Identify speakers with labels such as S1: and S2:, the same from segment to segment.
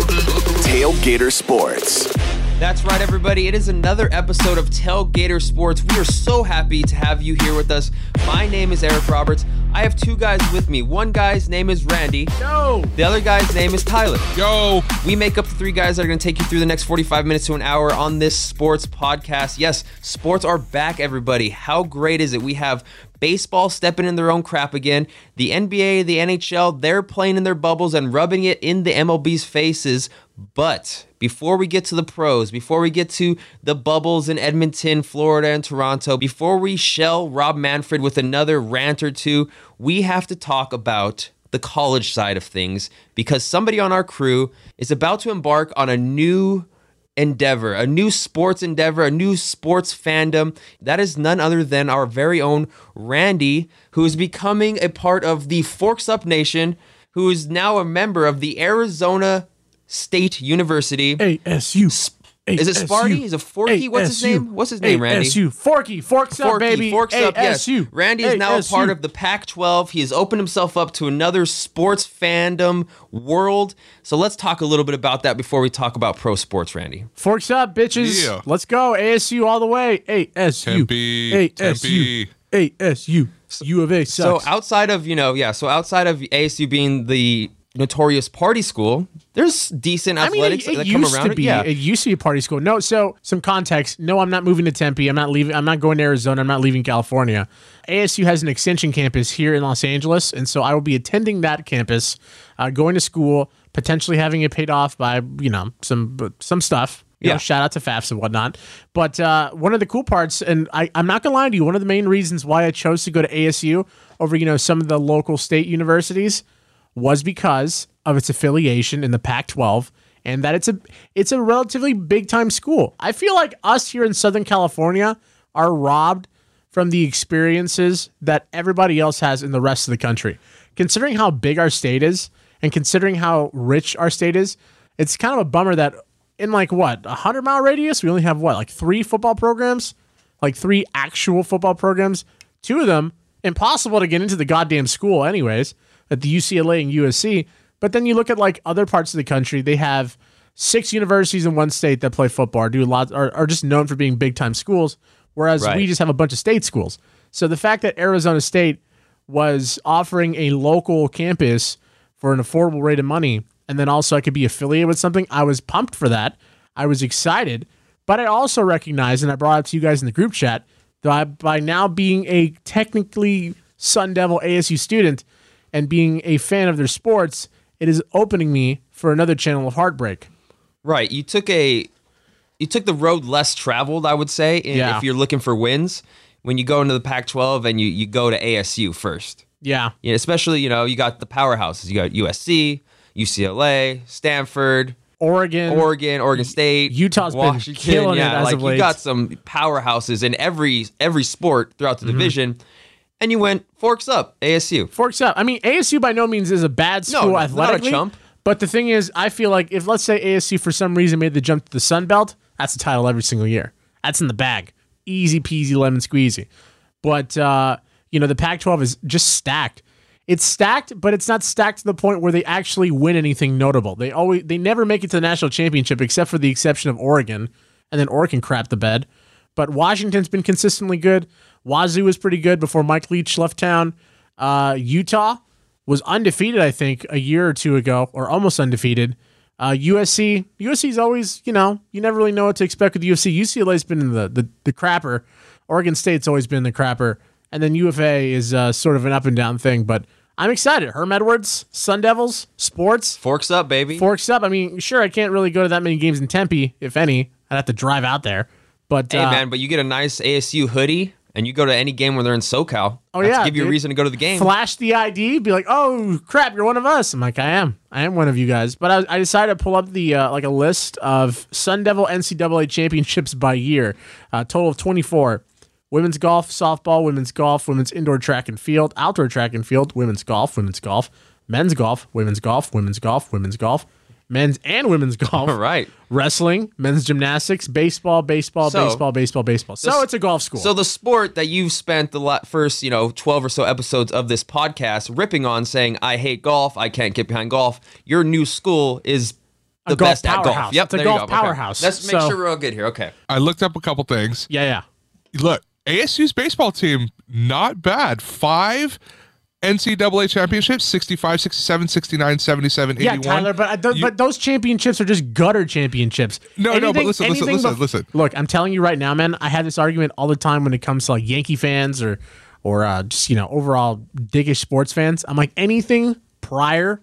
S1: Tailgater Sports.
S2: That's right, everybody. It is another episode of Tailgater Sports. We are so happy to have you here with us. My name is Eric Roberts. I have two guys with me. One guy's name is Randy.
S3: Yo!
S2: The other guy's name is Tyler.
S3: Yo!
S2: We make up the three guys that are going to take you through the next 45 minutes to an hour on this sports podcast. Yes, sports are back, everybody. How great is it? We have baseball stepping in their own crap again. The NBA, the NHL, they're playing in their bubbles and rubbing it in the MLB's faces. But before we get to the pros, before we get to the bubbles in Edmonton, Florida, and Toronto, before we shell Rob Manfred with another rant or two, we have to talk about the college side of things because somebody on our crew is about to embark on a new endeavor, a new sports endeavor, a new sports fandom. That is none other than our very own Randy, who is becoming a part of the Forks Up Nation, who is now a member of the Arizona State University.
S3: ASU.
S2: Is it Sparty? Is it Forky? What's his name? What's his name, Randy?
S3: ASU. Forky. Forks up,
S2: Forky,
S3: baby.
S2: Forks up, yes.
S3: ASU.
S2: Randy is now a
S3: ASU.
S2: part of the Pac 12. He has opened himself up to another sports fandom world. So let's talk a little bit about that before we talk about pro sports, Randy.
S3: Forks up, bitches.
S4: Yeah.
S3: Let's go. ASU all the way. ASU.
S4: Tempe,
S3: ASU. ASU. U of A sucks.
S2: So outside of, you know, yeah, so outside of ASU being the notorious party school, there's decent
S3: I mean,
S2: athletics
S3: it, it
S2: that come
S3: used
S2: around
S3: to be.
S2: Yeah.
S3: It used to be a party school. No, so some context. No, I'm not moving to Tempe. I'm not leaving. I'm not going to Arizona. I'm not leaving California. ASU has an extension campus here in Los Angeles, and so I will be attending that campus, uh, going to school, potentially having it paid off by you know some some stuff. You
S2: Yeah.
S3: know, shout out to FAFSA and whatnot. But uh, one of the cool parts, and I, I'm not gonna lie to you, one of the main reasons why I chose to go to ASU over you know some of the local state universities was because of its affiliation in the Pac-12 and that it's a it's a relatively big time school. I feel like us here in Southern California are robbed from the experiences that everybody else has in the rest of the country. Considering how big our state is and considering how rich our state is, it's kind of a bummer that in like what, a 100 mile radius, we only have what, like 3 football programs? like three actual football programs. Two of them impossible to get into the goddamn school, anyways, at the UCLA and USC. But then you look at like other parts of the country, they have six universities in one state that play football, or do lots, are, are just known for being big time schools, whereas
S2: Right.
S3: we just have a bunch of state schools. So the fact that Arizona State was offering a local campus for an affordable rate of money, and then also I could be affiliated with something, I was pumped for that. I was excited. But I also recognize, and I brought it to you guys in the group chat, that I, by now being a technically Sun Devil ASU student and being a fan of their sports, it is opening me for another channel of heartbreak.
S2: Right. You took a you took the road less traveled, I would say, in,
S3: Yeah.
S2: if you're looking for wins. When you go into the Pac-12 and you you go to ASU first,
S3: Yeah.
S2: you know, especially you know you got the powerhouses. You got USC, UCLA, Stanford,
S3: Oregon.
S2: Oregon, Oregon State,
S3: Utah's been killing it as
S2: like
S3: of
S2: you
S3: late.
S2: got some powerhouses in every every sport throughout
S3: Mm-hmm.
S2: the division, and you went forks up ASU.
S3: Forks up. I mean, ASU by no means is a bad
S2: No,
S3: school
S2: no, not a
S3: athletically.
S2: chump.
S3: But the thing is, I feel like if let's say ASU for some reason made the jump to the Sun Belt, that's a title every single year. That's in the bag. Easy peasy lemon squeezy. But uh, you know, the Pac-12 is just stacked. It's stacked, but it's not stacked to the point where they actually win anything notable. They always they never make it to the national championship except for the exception of Oregon, and then Oregon crapped the bed. But Washington's been consistently good. Wazoo was pretty good before Mike Leach left town. Uh, Utah was undefeated, I think, a year or two ago, or almost undefeated. Uh, USC, USC's always, you know, you never really know what to expect with USC. UCLA's been in the the, the crapper. Oregon State's always been in the crapper, and then UFA is uh, sort of an up and down thing. But I'm excited. Herm Edwards, Sun Devils, sports
S2: Forks up, baby.
S3: forks up. I mean, sure, I can't really go to that many games in Tempe, if any. I'd have to drive out there. But
S2: hey
S3: uh,
S2: man, but you get a nice ASU hoodie and you go to any game where they're in SoCal.
S3: Oh,
S2: That's
S3: yeah,
S2: give you a
S3: dude.
S2: reason to go to the game.
S3: flash the ID, be like, "Oh crap, you're one of us." I'm like, "I am, I am one of you guys." But I, I decided to pull up the uh, like a list of Sun Devil NCAA championships by year, uh, total of 24: women's golf, softball, women's golf, women's indoor track and field, outdoor track and field, women's golf, women's golf, men's golf, women's golf, women's golf, women's golf, men's and women's golf.
S2: All right.
S3: Wrestling, men's gymnastics, baseball, baseball,
S2: So-
S3: baseball, baseball, baseball. So it's a golf school.
S2: So the sport that you've spent the la- first, you know, 12 or so episodes of this podcast ripping on saying I hate golf, I can't get behind golf. Your new school is the
S3: golf
S2: best at golf.
S3: powerhouse.
S2: Yep,
S3: It's a
S2: there you
S3: golf
S2: go. Okay.
S3: powerhouse.
S2: Let's make
S3: So-
S2: sure we're all good here. Okay.
S4: I looked up a couple things.
S3: yeah, yeah.
S4: Look, ASU's baseball team, not bad. Five NCAA championships 65, 67, 69, 77, 81.
S3: Yeah, Tyler, but I, th-
S4: You-
S3: but those championships are just gutter championships.
S4: No, no, but listen, listen, listen,
S3: bef-
S4: listen.
S3: Look, I'm telling you right now, man. I had this argument all the time when it comes to like Yankee fans or or uh, just you know overall dickish sports fans. I'm like anything prior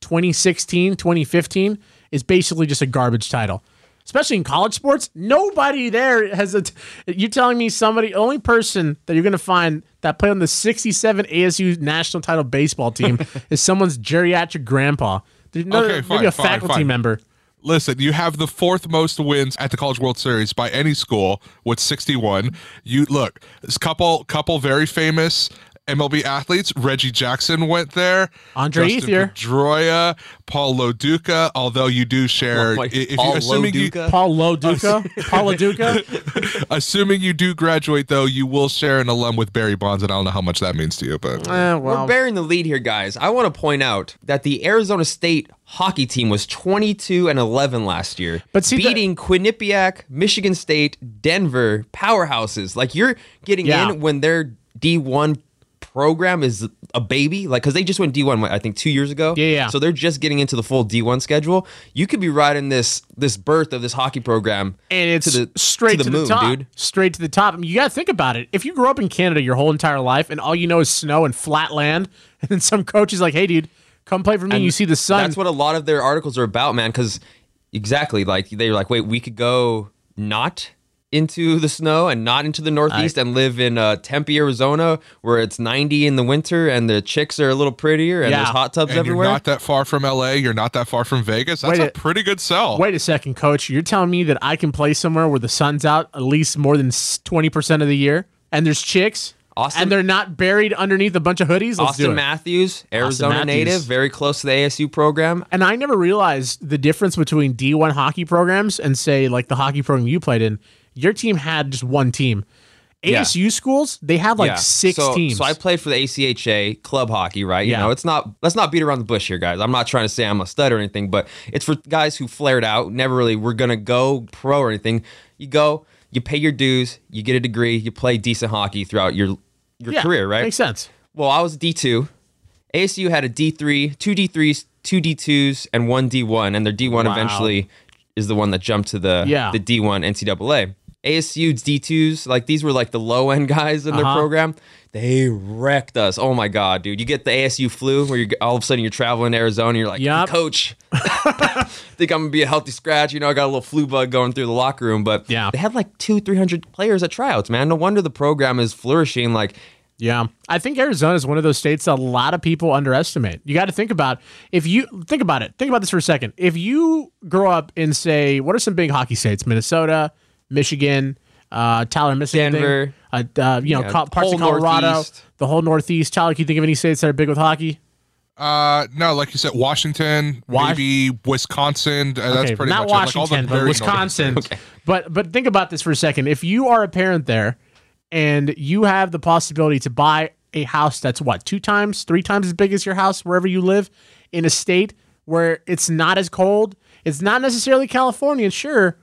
S3: 2016, 2015 is basically just a garbage title. Especially in college sports, nobody there has a. T- you're telling me somebody, only person that you're going to find that played on the '67 ASU national title baseball team is someone's geriatric grandpa. There's no,
S4: Okay, fine,
S3: maybe a
S4: fine,
S3: faculty
S4: fine.
S3: member.
S4: Listen, you have the fourth most wins at the College World Series by any school with 61. You look, this couple couple very famous MLB athletes. Reggie Jackson went there.
S3: Andre
S4: Justin
S3: Ethier.
S4: Pedroia, Paul Loduca, although you do share
S2: Like,
S4: i- if you
S2: all
S4: assuming you,
S2: Loduca?
S3: Paul Loduca. Eh, Paul Loduca.
S4: assuming you do graduate though, you will share an alum with Barry Bonds and I don't know how much that means to you, but
S3: Eh,
S2: We're
S3: well,
S2: bearing the lead here, guys. I want to point out that the Arizona State hockey team was 22 and 11 last year,
S3: But see, the-
S2: beating Quinnipiac, Michigan State, Denver, powerhouses. Like you're getting
S3: Yeah.
S2: in when their D1 program is a baby, like because they just went D1, what, I think, two years ago.
S3: Yeah, yeah.
S2: So they're just getting into the full D1 schedule. You could be riding this this birth of this hockey program,
S3: and it's
S2: to the
S3: straight to the,
S2: moon,
S3: top,
S2: dude.
S3: Straight to the top. I mean, you got to think about it. If you grew up in Canada your whole entire life and all you know is snow and flat land, and then some coach is like, "Hey, dude, come play for me," and you see the sun.
S2: That's what a lot of their articles are about, man. Because exactly, like they're like, wait, we could go not into the snow and not into the northeast and live in uh, Tempe, Arizona, where it's 90 in the winter and the chicks are a little prettier and
S3: Yeah.
S2: there's hot tubs
S4: and
S2: everywhere.
S4: you're not that far from LA, you're not that far from Vegas. That's
S3: Wait
S4: a
S3: a-
S4: pretty good sell.
S3: Wait a second, coach. You're telling me that I can play somewhere where the sun's out at least more than twenty percent of the year, and there's chicks,
S2: Austin-
S3: and they're not buried underneath a bunch of hoodies. Let's do
S2: Austin
S3: it.
S2: Matthews, Arizona
S3: Matthews.
S2: native, very close to the ASU program.
S3: and I never realized the difference between D1 hockey programs and say like the hockey program you played in. Your team had just one team.
S2: Yeah.
S3: ASU schools they have like six
S2: so,
S3: teams.
S2: So I played for the ACHA club hockey, right? You
S3: Yeah.
S2: know, it's not let's not beat around the bush here, guys. I'm not trying to say I'm a stud or anything, but it's for guys who flared out, never really were gonna go pro or anything. You go, you pay your dues, you get a degree, you play decent hockey throughout your your
S3: Yeah,
S2: career, right?
S3: Makes sense.
S2: Well, I was D two. ASU had a D three, two D threes, two D twos, and one D one, and their D one
S3: Wow.
S2: eventually is the one that jumped to the
S3: Yeah.
S2: the D one NCAA. ASU's D twos, like these were like the low end guys in their
S3: Uh-huh.
S2: program. They wrecked us. Oh my god, dude! You get the ASU flu, where you all of a sudden you're traveling to Arizona. You're like,
S3: Yup.
S2: coach, think I'm gonna be a healthy scratch. You know, I got a little flu bug going through the locker room, but
S3: Yeah.
S2: they had like two, three hundred players at tryouts. Man, no wonder the program is flourishing. Like
S3: Yeah, I think Arizona is one of those states that a lot of people underestimate. You got to think about if you think about it. Think about this for a second. If you grow up in say, what are some big hockey states? Minnesota, Michigan, uh, Tyler, Michigan,
S2: Denver.
S3: uh, uh, you know,
S2: Yeah,
S3: co- parts of
S2: whole
S3: Colorado,
S2: Northeast.
S3: the whole Northeast. Tyler, can you think of any states that are big with hockey?
S4: Uh, no, like you said, Washington,
S3: Wash-
S4: maybe Wisconsin. Uh, that's
S3: Okay,
S4: pretty
S3: not
S4: much it. Like, all the
S3: Washington,
S4: very
S3: but
S4: northern
S3: Wisconsin. But but think about this for a second. If you are a parent there, and you have the possibility to buy a house that's what two times, three times as big as your house wherever you live, in a state where it's not as cold, it's not necessarily California, sure,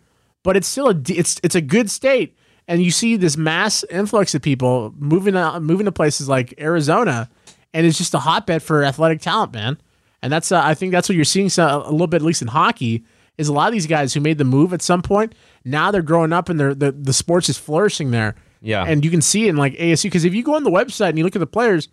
S3: but it's still a d- it's it's a good state. And you see this mass influx of people moving out, moving to places like Arizona, and it's just a hotbed for athletic talent, man. And that's uh, I think that's what you're seeing so, a little bit, at least in hockey, is a lot of these guys who made the move at some point. Now they're growing up and they're, the the sports is flourishing there.
S2: Yeah.
S3: and you can see it in like ASU because if you go on the website and you look at the players,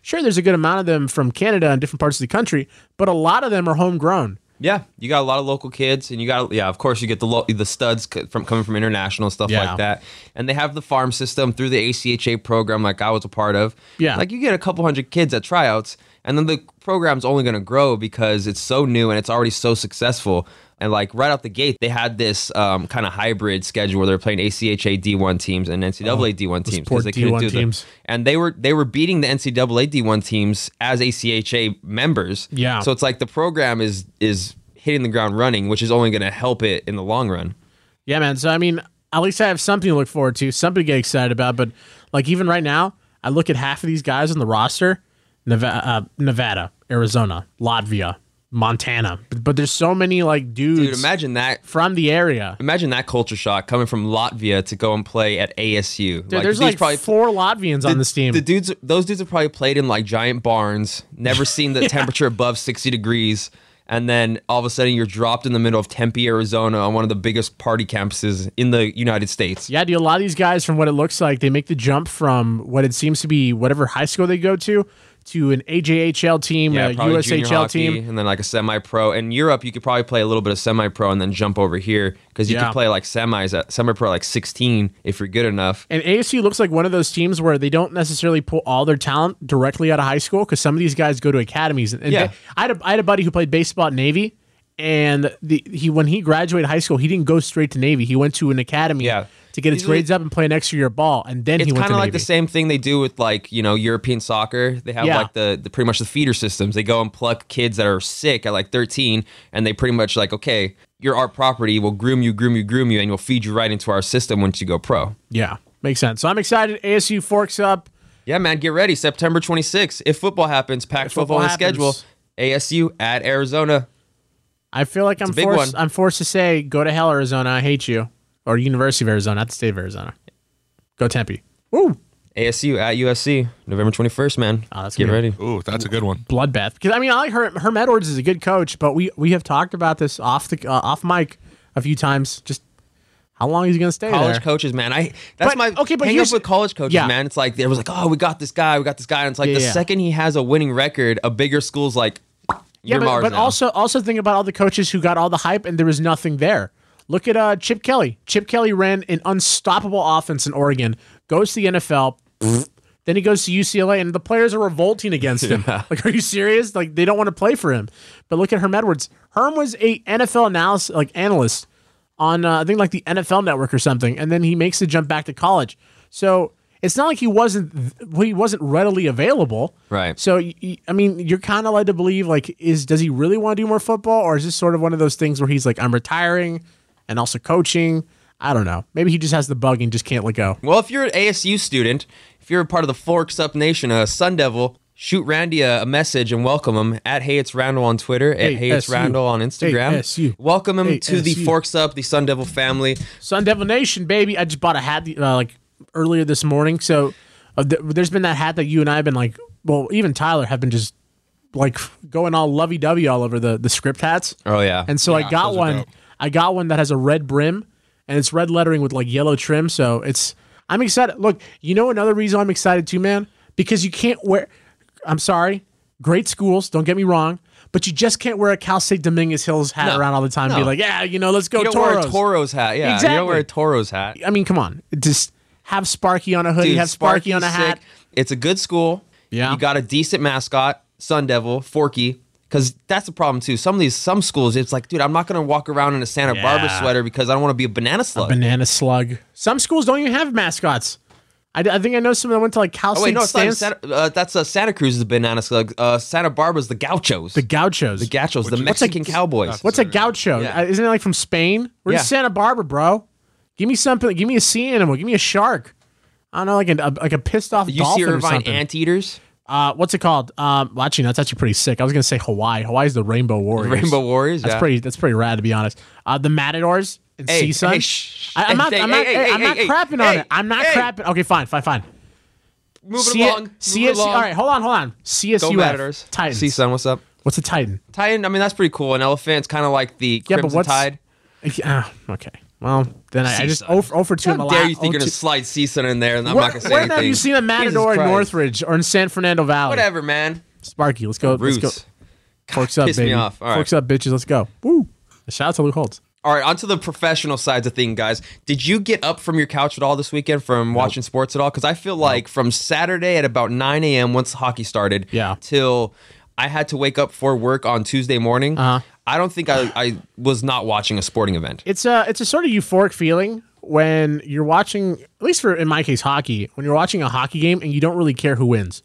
S3: sure, there's a good amount of them from Canada and different parts of the country, but a lot of them are homegrown.
S2: Yeah, you got a lot of local kids, and you got yeah. Of course, you get the lo- the studs c- from coming from international stuff
S3: Yeah.
S2: like that, and they have the farm system through the ACHA program, like I was a part of.
S3: Yeah.
S2: like you get a couple hundred kids at tryouts, and then the program's only going to grow because it's so new and it's already so successful. And like right out the gate, they had this um, kind of hybrid schedule where they're playing ACHA D1 teams and NCAA D1 teams
S3: Oh, poor
S2: they couldn't
S3: D1
S2: do the-
S3: teams.
S2: and they were they were beating the NCAA D1 teams as ACHA members.
S3: Yeah.
S2: So it's like the program is is hitting the ground running, which is only going to help it in the long run.
S3: Yeah, man. So I mean, at least I have something to look forward to, something to get excited about. But like even right now, I look at half of these guys on the roster: Nevada, uh, Nevada Arizona, Latvia, Montana. But, but there's so many like dudes
S2: Dude, imagine that.
S3: from the area.
S2: Imagine that culture shock coming from Latvia to go and play at ASU.
S3: Dude, there's
S2: these
S3: like four Latvians on this team.
S2: The dudes, those dudes have probably played in like giant barns, never seen the temperature above 60 degrees, and then all of a sudden you're dropped in the middle of Tempe, Arizona, on one of the biggest party campuses in the United States.
S3: Yeah, dude. A lot of these guys, from what it looks like, they make the jump from what it seems to be whatever high school they go to to an AJHL team, a
S2: probably junior
S3: USHL
S2: hockey,
S3: team.
S2: and then like a semi-pro. In Europe, you could probably play a little bit of semi-pro and then jump over here because you
S3: Yeah.
S2: could play like semis at semi-pro like 16 if you're good enough.
S3: And ASU looks like one of those teams where they don't necessarily pull all their talent directly out of high school because some of these guys go to academies. And
S2: Yeah.
S3: they- I, had a, I had a buddy who played baseball at Navy, and the, he when he graduated high school, he didn't go straight to Navy. He went to an academy
S2: Yeah.
S3: to get his
S2: Usually-
S3: grades up and play an extra year of ball, and then he
S2: It's
S3: went
S2: kind
S3: to
S2: of
S3: Navy.
S2: like the same thing they do with like you know European soccer. They have
S3: Yeah.
S2: like the, the pretty much the feeder systems. They go and pluck kids that are sick at like 13, and they pretty much like okay, you're our property. We'll groom you, groom you, groom you, and we'll feed you right into our system once you go pro.
S3: Yeah, makes sense. So I'm excited. ASU forks up.
S2: Yeah, man, get ready. September 26th, if football happens, pack
S3: football
S2: football on the schedule.
S3: happens.
S2: ASU at Arizona.
S3: I feel like I'm
S2: big
S3: forced.
S2: one.
S3: I'm forced to say, go to hell, Arizona. I hate you, or University of Arizona, not the state of Arizona. Go Tempe. Woo!
S2: ASU at USC, November 21st, man.
S3: Oh, that's
S2: Get
S3: gonna be-
S2: ready.
S4: Ooh, that's a good one.
S3: Bloodbath. Because I mean, I like her. Herm Edwards is a good coach, but we we have talked about this off the uh, off mic a few times. Just how long is he going to stay
S2: College
S3: there?
S2: coaches, man. I that's
S3: But-
S2: my
S3: okay, but
S2: hang
S3: here's-
S2: up with college coaches,
S3: yeah.
S2: man. It's like there was like, oh, we got this guy, we got this guy, and it's like
S3: Yeah,
S2: the
S3: yeah.
S2: second he has a winning record, a bigger school's like,
S3: yeah,
S2: you're
S3: but,
S2: Mars
S3: but
S2: now.
S3: also also think about all the coaches who got all the hype and there was nothing there. Look at uh, Chip Kelly. Chip Kelly ran an unstoppable offense in Oregon. Goes to the NFL. pfft, Then he goes to UCLA, and the players are revolting against him. Like, are you serious? Like, they don't want to play for him. But look at Herm Edwards. Herm was a NFL analysis, like analyst on uh, I think like the NFL Network or something, and then he makes the jump back to college. So it's not like he wasn't he wasn't readily available.
S2: Right.
S3: So y- y- I mean, you're kind of led to believe like is does he really want to do more football, or is this sort of one of those things where he's like I'm retiring and also coaching. I don't know. Maybe he just has the bug and just can't let go.
S2: Well, if you're an ASU student, if you're a part of the Forks Up Nation, a Sun Devil, shoot Randy a, a message and welcome him at Hey It's Randall on Twitter, at Hey It's
S3: ASU.
S2: Randall on Instagram.
S3: ASU.
S2: Welcome him to the
S3: ASU.
S2: Forks Up, the Sun Devil family.
S3: Sun Devil Nation, baby. I just bought a hat uh, like earlier this morning. So uh, th- there's been that hat that you and I have been like, well, even Tyler have been just like going all lovey dovey all over the the script hats.
S2: Oh yeah.
S3: And so I
S4: Yeah,
S3: got
S4: those are
S3: one.
S4: dope.
S3: I got one that has a red brim and it's red lettering with like yellow trim. So it's I'm excited. Look, you know another reason I'm excited too, man, because you can't wear. I'm sorry, great schools. Don't get me wrong, but you just can't wear a Cal State Dominguez Hills hat
S2: No,
S3: around all the time. and Be
S2: no.
S3: like, yeah, you know, let's go
S2: you don't
S3: Toros.
S2: wear a Toros hat. Yeah. You
S3: Exactly.
S2: don't wear a Toros hat.
S3: I mean, come on, just have Sparky on a hoodie,
S2: Dude,
S3: have Sparky on a
S2: Sparky's
S3: hat.
S2: sick. It's a good school.
S3: Yeah.
S2: You got a decent mascot, Sun Devil, Forky. Because that's the problem too. Some of these, some schools, it's like, dude, I'm not gonna walk around in a Santa Barbara
S3: Yeah.
S2: sweater because I don't want to be a banana slug.
S3: Banana slug. Some schools don't even have mascots. I, I think I know some that went to like Cal
S2: oh
S3: State.
S2: wait, no, it's not even
S3: Stans-
S2: Santa, uh, that's uh, Santa Cruz is the banana slug. Uh, Santa Barbara's the gauchos,
S3: the
S2: the,
S3: Gauchos.
S2: gauchos, the
S3: what's a-
S2: Mexican cowboys.
S3: What's a gaucho?
S2: Yeah.
S3: Uh, Isn't it like from Spain? We're in
S2: Yeah.
S3: Santa Barbara, bro. Give me something. Give me a sea animal. Give me a shark. I don't know, like an, a like a pissed off
S2: the
S3: dolphin
S2: UC
S3: or
S2: Irvine
S3: something.
S2: Anteaters,
S3: uh, what's it called? Um, well, actually, no, that's actually pretty sick. I was gonna say Hawaii. Hawaii's the Rainbow Warriors.
S2: Rainbow Warriors.
S3: That's
S2: yeah.
S3: pretty. That's pretty rad to be honest. Uh, the Matadors and
S2: Hey,
S3: Sea Sun.
S2: hey, shh,
S3: I, am
S2: hey,
S3: not.
S2: hey,
S3: I'm not.
S2: hey,
S3: hey,
S2: hey,
S3: I'm not
S2: hey, hey,
S3: crapping on
S2: hey,
S3: it. I'm not
S2: hey.
S3: crapping. Okay, fine, fine, fine.
S2: Moving
S3: C-
S2: along.
S3: CSU.
S2: moving along.
S3: All right, hold on, hold on.
S2: Go
S3: CSU
S2: Matadors.
S3: Titans.
S2: Sea Sun, what's up?
S3: What's a Titan?
S2: Titan. I mean, that's pretty cool. An elephant's kind of like the
S3: Yeah, but
S2: Crimson
S3: what's-
S2: Tide.
S3: Yeah, ah, okay. Well, then I, I just
S2: Seaside.
S3: 0 for, 0 for 2 in the
S2: How dare
S3: last.
S2: you think you're gonna slide CSUN in there? And I'm
S3: oh, Where,
S2: not gonna say
S3: where
S2: anything.
S3: have you seen a
S2: Jesus
S3: matador in
S2: Christ.
S3: Northridge or in San Fernando Valley?
S2: Whatever, man.
S3: Sparky, let's go. Let's
S2: Roots.
S3: go. Forks up,
S2: piss me
S3: baby.
S2: off. All right.
S3: Forks up, bitches. Let's go. Woo. Shout out to Luke Holtz.
S2: All right, onto the professional sides of thing, guys. Did you get up from your couch at all this weekend from watching sports at all? Because I feel like from Saturday at about 9 a.m. once hockey started,
S3: Yeah.
S2: till I had to wake up for work on Tuesday morning.
S3: Uh-huh.
S2: I don't think I, I was not watching a sporting event.
S3: It's a it's a sort of euphoric feeling when you're watching, at least for in my case hockey, when you're watching a hockey game and you don't really care who wins.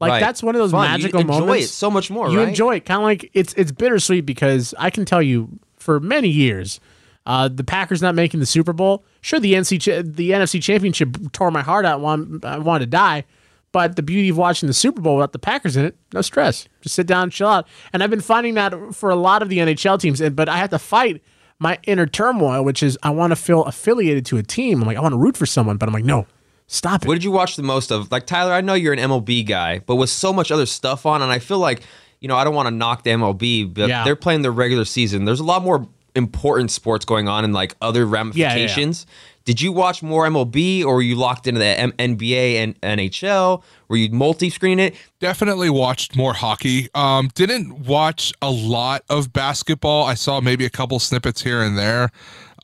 S3: Like
S2: Right.
S3: that's one of those
S2: Fun. You
S3: magical
S2: enjoy
S3: moments.
S2: it so much more,
S3: You
S2: right?
S3: enjoy it, kind of like it's it's bittersweet because I can tell you for many years, uh, the Packers not making the Super Bowl. Sure, the NC cha- the NFC Championship tore my heart out. One I wanted to die, but the beauty of watching the Super Bowl without the Packers in it, no stress. Just sit down, and chill out. And I've been finding that for a lot of the NHL teams, and but I have to fight. My inner turmoil, which is I want to feel affiliated to a team. I'm like, I want to root for someone, but I'm like, no, stop it.
S2: What did you watch the most of? Like Tyler, I know you're an MLB guy, but with so much other stuff on, and I feel like, you know, I don't want to knock the MLB, but
S3: Yeah.
S2: they're playing their regular season. There's a lot more important sports going on and like other ramifications. Did you watch more MLB or were you locked into the M- NBA and NHL? Were you multi screen it?
S4: Definitely watched more hockey. Um, didn't watch a lot of basketball. I saw maybe a couple snippets here and there.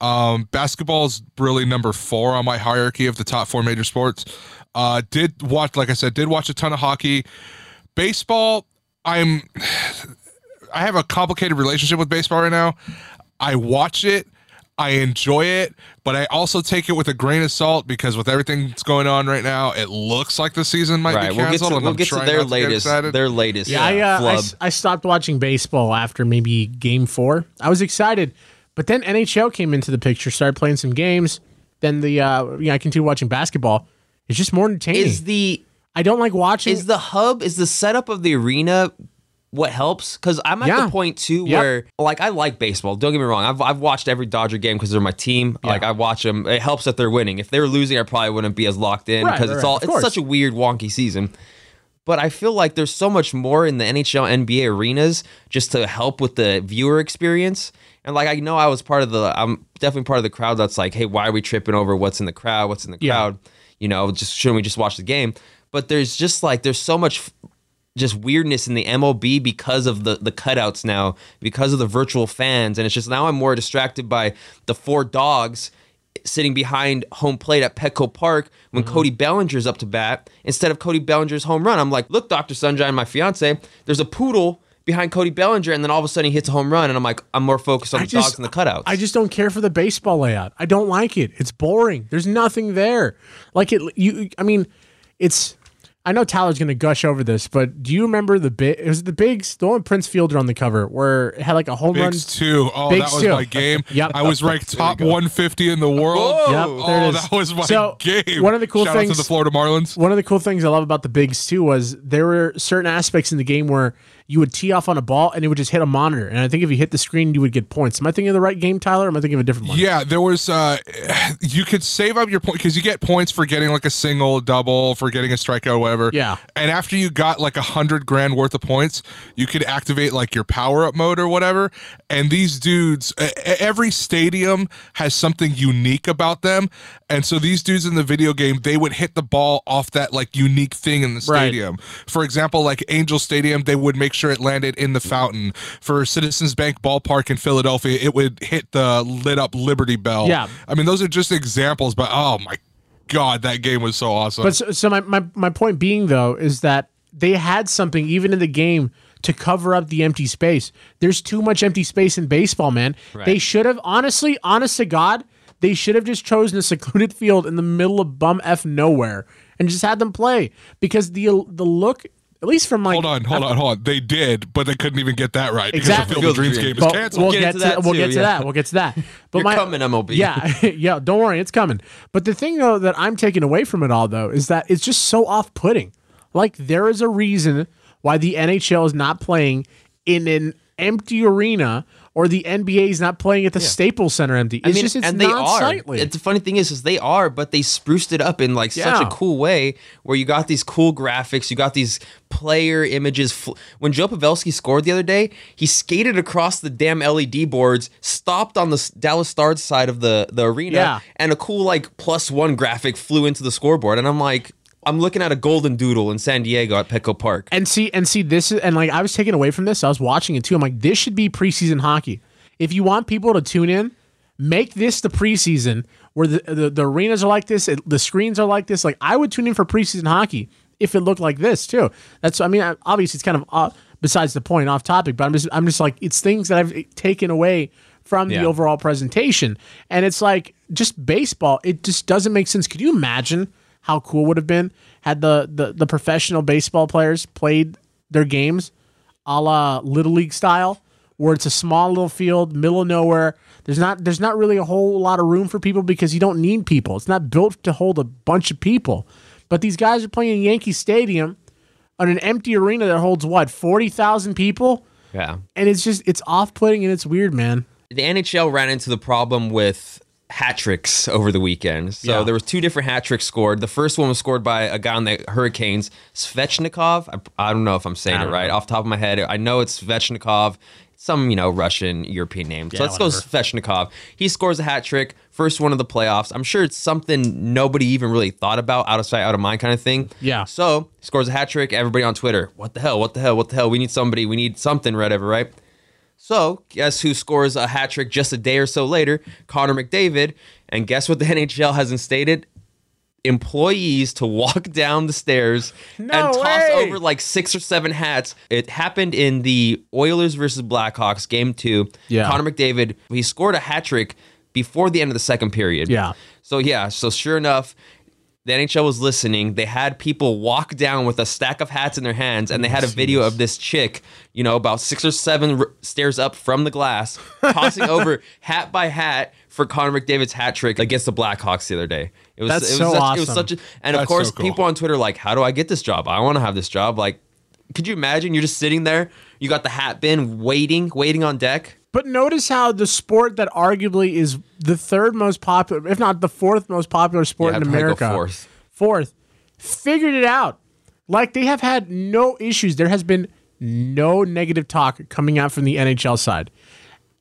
S4: Um, basketball's really number four on my hierarchy of the top four major sports. Uh, did watch, like I said, did watch a ton of hockey. Baseball, I'm I have a complicated relationship with baseball right now. I watch it, I enjoy it, but I also take it with a grain of salt because with everything that's going on right now, it looks like the season might
S2: Right.
S4: be
S2: We'll get
S4: canceled.
S2: to,
S4: and
S2: we'll
S4: I'm
S2: get to
S4: trying
S2: their
S4: not to get
S2: latest,
S4: excited.
S2: their latest.
S3: Yeah, I, uh, I
S2: flub.
S3: s- I stopped watching baseball after maybe game four. I was excited, but then NHL came into the picture, started playing some games. Then the uh, you know, I continued watching basketball. It's just more entertaining.
S2: is the
S3: I don't like watching.
S2: is the hub is the setup of the arena what helps because i'm at
S3: Yeah.
S2: the point too
S3: Yep.
S2: where like i like baseball don't get me wrong i've, I've watched every dodger game because they're my team like i watch them it helps that they're winning if they were losing i probably wouldn't be as locked in
S3: Right,
S2: because
S3: right,
S2: it's
S3: right,
S2: all
S3: of
S2: it's
S3: course.
S2: such a weird wonky season but i feel like there's so much more in the nhl nba arenas just to help with the viewer experience and like i know i was part of the i'm definitely part of the crowd that's like hey why are we tripping over what's in the crowd what's in the
S3: Yeah.
S2: crowd you know just shouldn't we just watch the game but there's just like there's so much f- just weirdness in the MLB because of the the cutouts now because of the virtual fans and it's just now I'm more distracted by the four dogs sitting behind home plate at Petco Park when
S3: Mm-hmm.
S2: Cody Bellinger's up to bat instead of Cody Bellinger's home run I'm like look Dr. Sunshine my fiance there's a poodle behind Cody Bellinger and then all of a sudden he hits a home run and I'm like I'm more focused on
S3: I
S2: the
S3: just-
S2: dogs and the cutouts
S3: I just don't care for the baseball layout. I don't like it. It's boring. There's nothing there. Like it. You. I mean, it's. I know Tyler's gonna gush over this, but do you remember the bit? It was the big, the one Prince Fielder on the cover where it had like a home run.
S4: Bigs two. Oh,
S3: Bigs
S4: that was
S3: two.
S4: my game.
S3: Yep.
S4: I was ranked top 150 in the world.
S3: Yep, there it
S4: oh,
S3: is.
S4: that was my
S3: So,
S4: game.
S3: one of the cool
S4: Shout out
S3: things-
S4: to the Florida Marlins.
S3: One of the cool things I love about the bigs too was there were certain aspects in the game where you would tee off on a ball and it would just hit a monitor. And I think if you hit the screen, you would get points. Am I thinking of the right game, Tyler? Or am I thinking of a different one?
S4: Yeah, there was. uh You could save up your point because you get points for getting like a single, a double, for getting a strikeout, whatever.
S3: Yeah.
S4: And after you got like a hundred grand worth of points, you could activate like your power up mode or whatever. And these dudes, e- e- every stadium has something unique about them. And so these dudes in the video game, they would hit the ball off that like unique thing in the
S3: Right.
S4: stadium. stadium. For example, like Angel Stadium, they would make sure it landed in the fountain. For Citizens Bank Ballpark in Philadelphia, it would hit the lit up Liberty Bell.
S3: Yeah.
S4: I mean, those are just examples, but oh my God, that game was so awesome.
S3: But so, so my, my my point being though is that they had something even in the game to cover up the empty space. There's too much empty space in baseball, man. They should have honestly, honest to God, they should have just chosen a secluded field in the middle of bum f nowhere and just had them play because the the look, at least from like
S4: hold on, hold on, hold on. They did, but they couldn't even get that right
S3: Exactly.
S4: because the Field of Dreams game is
S3: But
S4: canceled.
S3: We'll get, to that. We'll
S2: too,
S3: get to
S2: yeah.
S3: that. We'll get to that. But
S2: You're
S3: my,
S2: coming, MLB.
S3: Yeah, yeah. Don't worry, it's coming. But the thing though that I'm taking away from it all though is that it's just so off-putting. Like there is a reason why the NHL is not playing in an empty arena, or the NBA is not playing at the Staples Center empty. It's just it's
S2: and they are.
S3: non-sightly.
S2: It's the funny thing is, is they are, but they spruced it up in like such
S3: Yeah.
S2: a cool way where you got these cool graphics, you got these player images. Fl- When Joe Pavelski scored the other day, he skated across the damn LED boards, stopped on the S- Dallas Stars side of the the arena,
S3: Yeah.
S2: and a cool like plus one graphic flew into the scoreboard, and I'm like. I'm looking at a golden doodle in San Diego at Petco Park.
S3: And see, and see, this is, and like I was taken away from this. I was watching it too. I'm like, this should be preseason hockey. If you want people to tune in, make this the preseason where the the, the arenas are like this, it, the screens are like this. Like I would tune in for preseason hockey if it looked like this too. That's, I mean, I- obviously it's kind of uh, besides the point, off topic. But I'm just, I'm just like, it's things that I've taken away from the
S2: Yeah.
S3: overall presentation, and it's like just baseball. It just doesn't make sense. Could you imagine? how cool it would have been had the, the the professional baseball players played their games a la little league style where it's a small little field middle of nowhere there's not there's not really a whole lot of room for people because you don't need people it's not built to hold a bunch of people but these guys are playing in yankee stadium on an empty arena that holds what 40,000 people
S2: Yeah.
S3: and it's just it's off-putting and it's weird man
S2: the NHL ran into the problem with hat tricks over the weekend. So
S3: Yeah.
S2: there was two different hat tricks scored. The first one was scored by a guy on the Hurricanes, Svechnikov. I, I don't know if I'm saying it right off the top of my head. I know it's Svechnikov, some you know Russian European name. so let's go Svechnikov. He scores a hat trick, first one of the playoffs. I'm sure it's something nobody even really thought about, out of sight, out of mind kind of thing.
S3: Yeah.
S2: So he scores a hat trick. Everybody on Twitter, what the hell? What the hell? What the hell? We need somebody. We need something. Whatever. Right. So, guess who scores a hat trick just a day or so later? Connor McDavid. And guess what the NHL hasn't stated? Employees to walk down the stairs and toss
S3: way!
S2: over like six or seven hats. It happened in the Oilers versus Blackhawks game two.
S3: Yeah.
S2: Connor McDavid, he scored a hat trick before the end of the second period.
S3: Yeah.
S2: So, yeah, so sure enough, the NHL was listening. They had people walk down with a stack of hats in their hands, and they had a video of this chick, you know, about six or seven r- stairs up from the glass, tossing over hat by hat for Connor McDavid's hat trick against the Blackhawks the other day. It was,
S3: That's
S2: it was
S3: so
S2: such, It was
S3: awesome.
S2: such a, and of
S4: That's
S2: course,
S4: so cool.
S2: people on Twitter are like, "How do I get this job? I want to have this job." Like, could you imagine? You're just sitting there. You got the hat bin, waiting, waiting on deck.
S3: But notice how the sport that arguably is the third most popular, if not the fourth most popular sport
S2: Yeah, I'd
S3: in
S2: probably go
S3: America,
S2: fourth.
S3: fourth, figured it out. Like they have had no issues. There has been no negative talk coming out from the NHL side.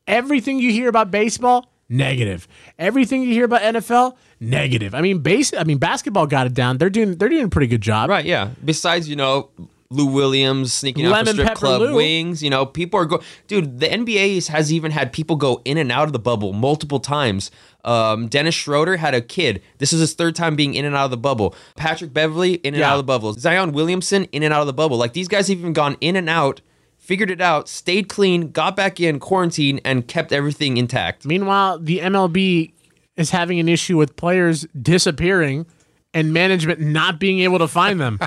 S3: Everything you hear about baseball, negative. Everything you hear about NFL, negative. I mean, base. I mean, basketball got it down. They're doing. They're doing a pretty good job.
S2: Right, yeah. Besides, you know, Lou Williams sneaking out
S3: Lemon
S2: the strip
S3: pepper
S2: club
S3: Lou.
S2: wings, you know, people are going. Dude, the NBA is- has even had people go in and out of the bubble multiple times. Um, Dennis Schroeder had a kid. This is his third time being in and out of the bubble. Patrick Beverly, in and
S3: Yeah.
S2: out of the bubble. Zion Williamson, in and out of the bubble. Like, these guys have even gone in and out, figured it out, stayed clean, got back in, quarantined, and kept everything intact.
S3: Meanwhile, the MLB is having an issue with players disappearing and management not being able to find them.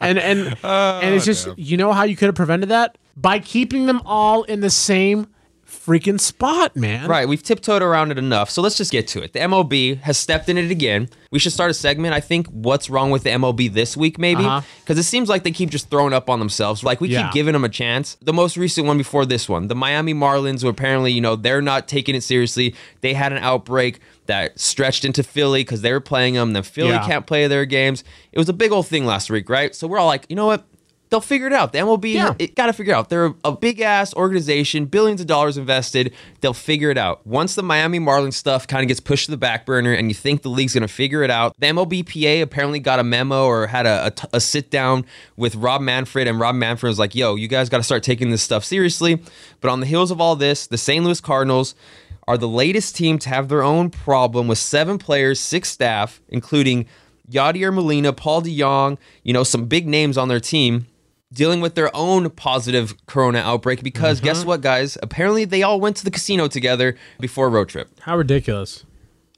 S3: and and and it's just you know how you could have prevented that by keeping them all in the same freaking spot, man.
S2: Right, we've tiptoed around it enough, so let's just get to it. The MLB has stepped in it again. We should start a segment, I think, what's wrong with the MLB this week, maybe?
S3: Uh-huh.
S2: Because it seems like they keep just throwing up on themselves. Like, we
S3: Yeah.
S2: keep giving them a chance. The most recent one before this one, the Miami Marlins, who apparently, you know, they're not taking it seriously. They had an outbreak that stretched into Philly because they were playing them. Then Philly
S3: Yeah.
S2: can't play their games. It was a big old thing last week, right? So we're all like, you know what? They'll figure it out. The MLB,
S3: Yeah.
S2: it got to figure it out. They're a big ass organization, billions of dollars invested. They'll figure it out. Once the Miami Marlins stuff kind of gets pushed to the back burner and you think the league's going to figure it out, the MLBPA apparently got a memo or had a, a t- a sit down with Rob Manfred, and Rob Manfred was like, yo, you guys got to start taking this stuff seriously. But on the heels of all this, the St. Louis Cardinals are the latest team to have their own problem with seven players, six staff, including Yadier Molina, Paul DeYoung, you know, some big names on their team dealing with their own positive corona outbreak because
S3: Mm-hmm.
S2: guess what guys apparently they all went to the casino together before road trip
S3: How ridiculous.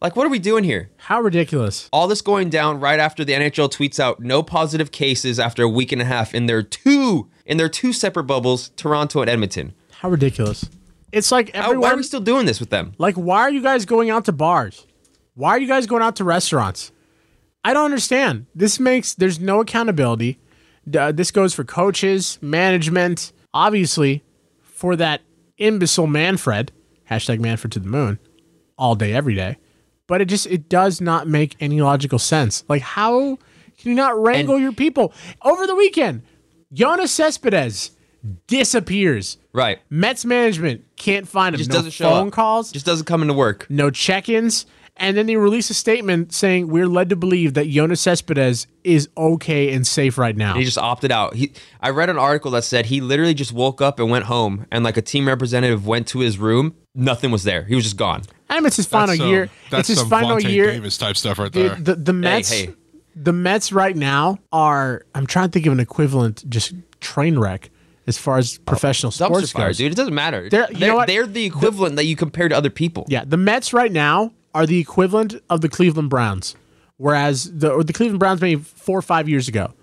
S2: like what are we doing here
S3: How ridiculous.
S2: all this going down right after the nhl tweets out no positive cases after a week and a half in their two in their two separate bubbles toronto and edmonton
S3: How ridiculous. It's like
S2: How- why are
S3: everyone
S2: we still doing this with them
S3: Like, why are you guys going out to bars? Why are you guys going out to restaurants? I don't understand. This makes there's no accountability. Uh, this goes for coaches, management, obviously, for that imbecile Manfred. Hashtag Manfred to the moon, all day, every day. But it just it does not make any logical sense. Like, how can you not wrangle your people over the weekend? Jonas Cespedes disappears.
S2: right
S3: Mets management can't find him.
S2: just
S3: no
S2: doesn't show
S3: phone
S2: up.
S3: calls
S2: just doesn't come into work
S3: no check-ins, and then they release a statement saying we're led to believe that Jonas Cespedes is okay and safe right now.
S2: He just opted out. He, I read an article that said he literally just woke up and went home, and like a team representative went to his room. Nothing was there. He was just gone.
S3: I mean, it's his final
S4: That's some-
S3: year.
S4: That's
S3: it's his
S4: some
S3: final
S4: Vontae
S3: year.
S4: Davis type stuff right there.
S3: The, the, the Mets,
S2: hey.
S3: the Mets right now are. I'm trying to think of an equivalent, just train wreck as far as professional
S2: dumpster
S3: sports
S2: fire,
S3: goes.
S2: dude. It doesn't matter.
S3: They're-
S2: They're,
S3: you
S2: they're,
S3: know what?
S2: the equivalent that you compare to other people.
S3: Yeah, the Mets right now are the equivalent of the Cleveland Browns, whereas the or the Cleveland Browns made four or five years ago,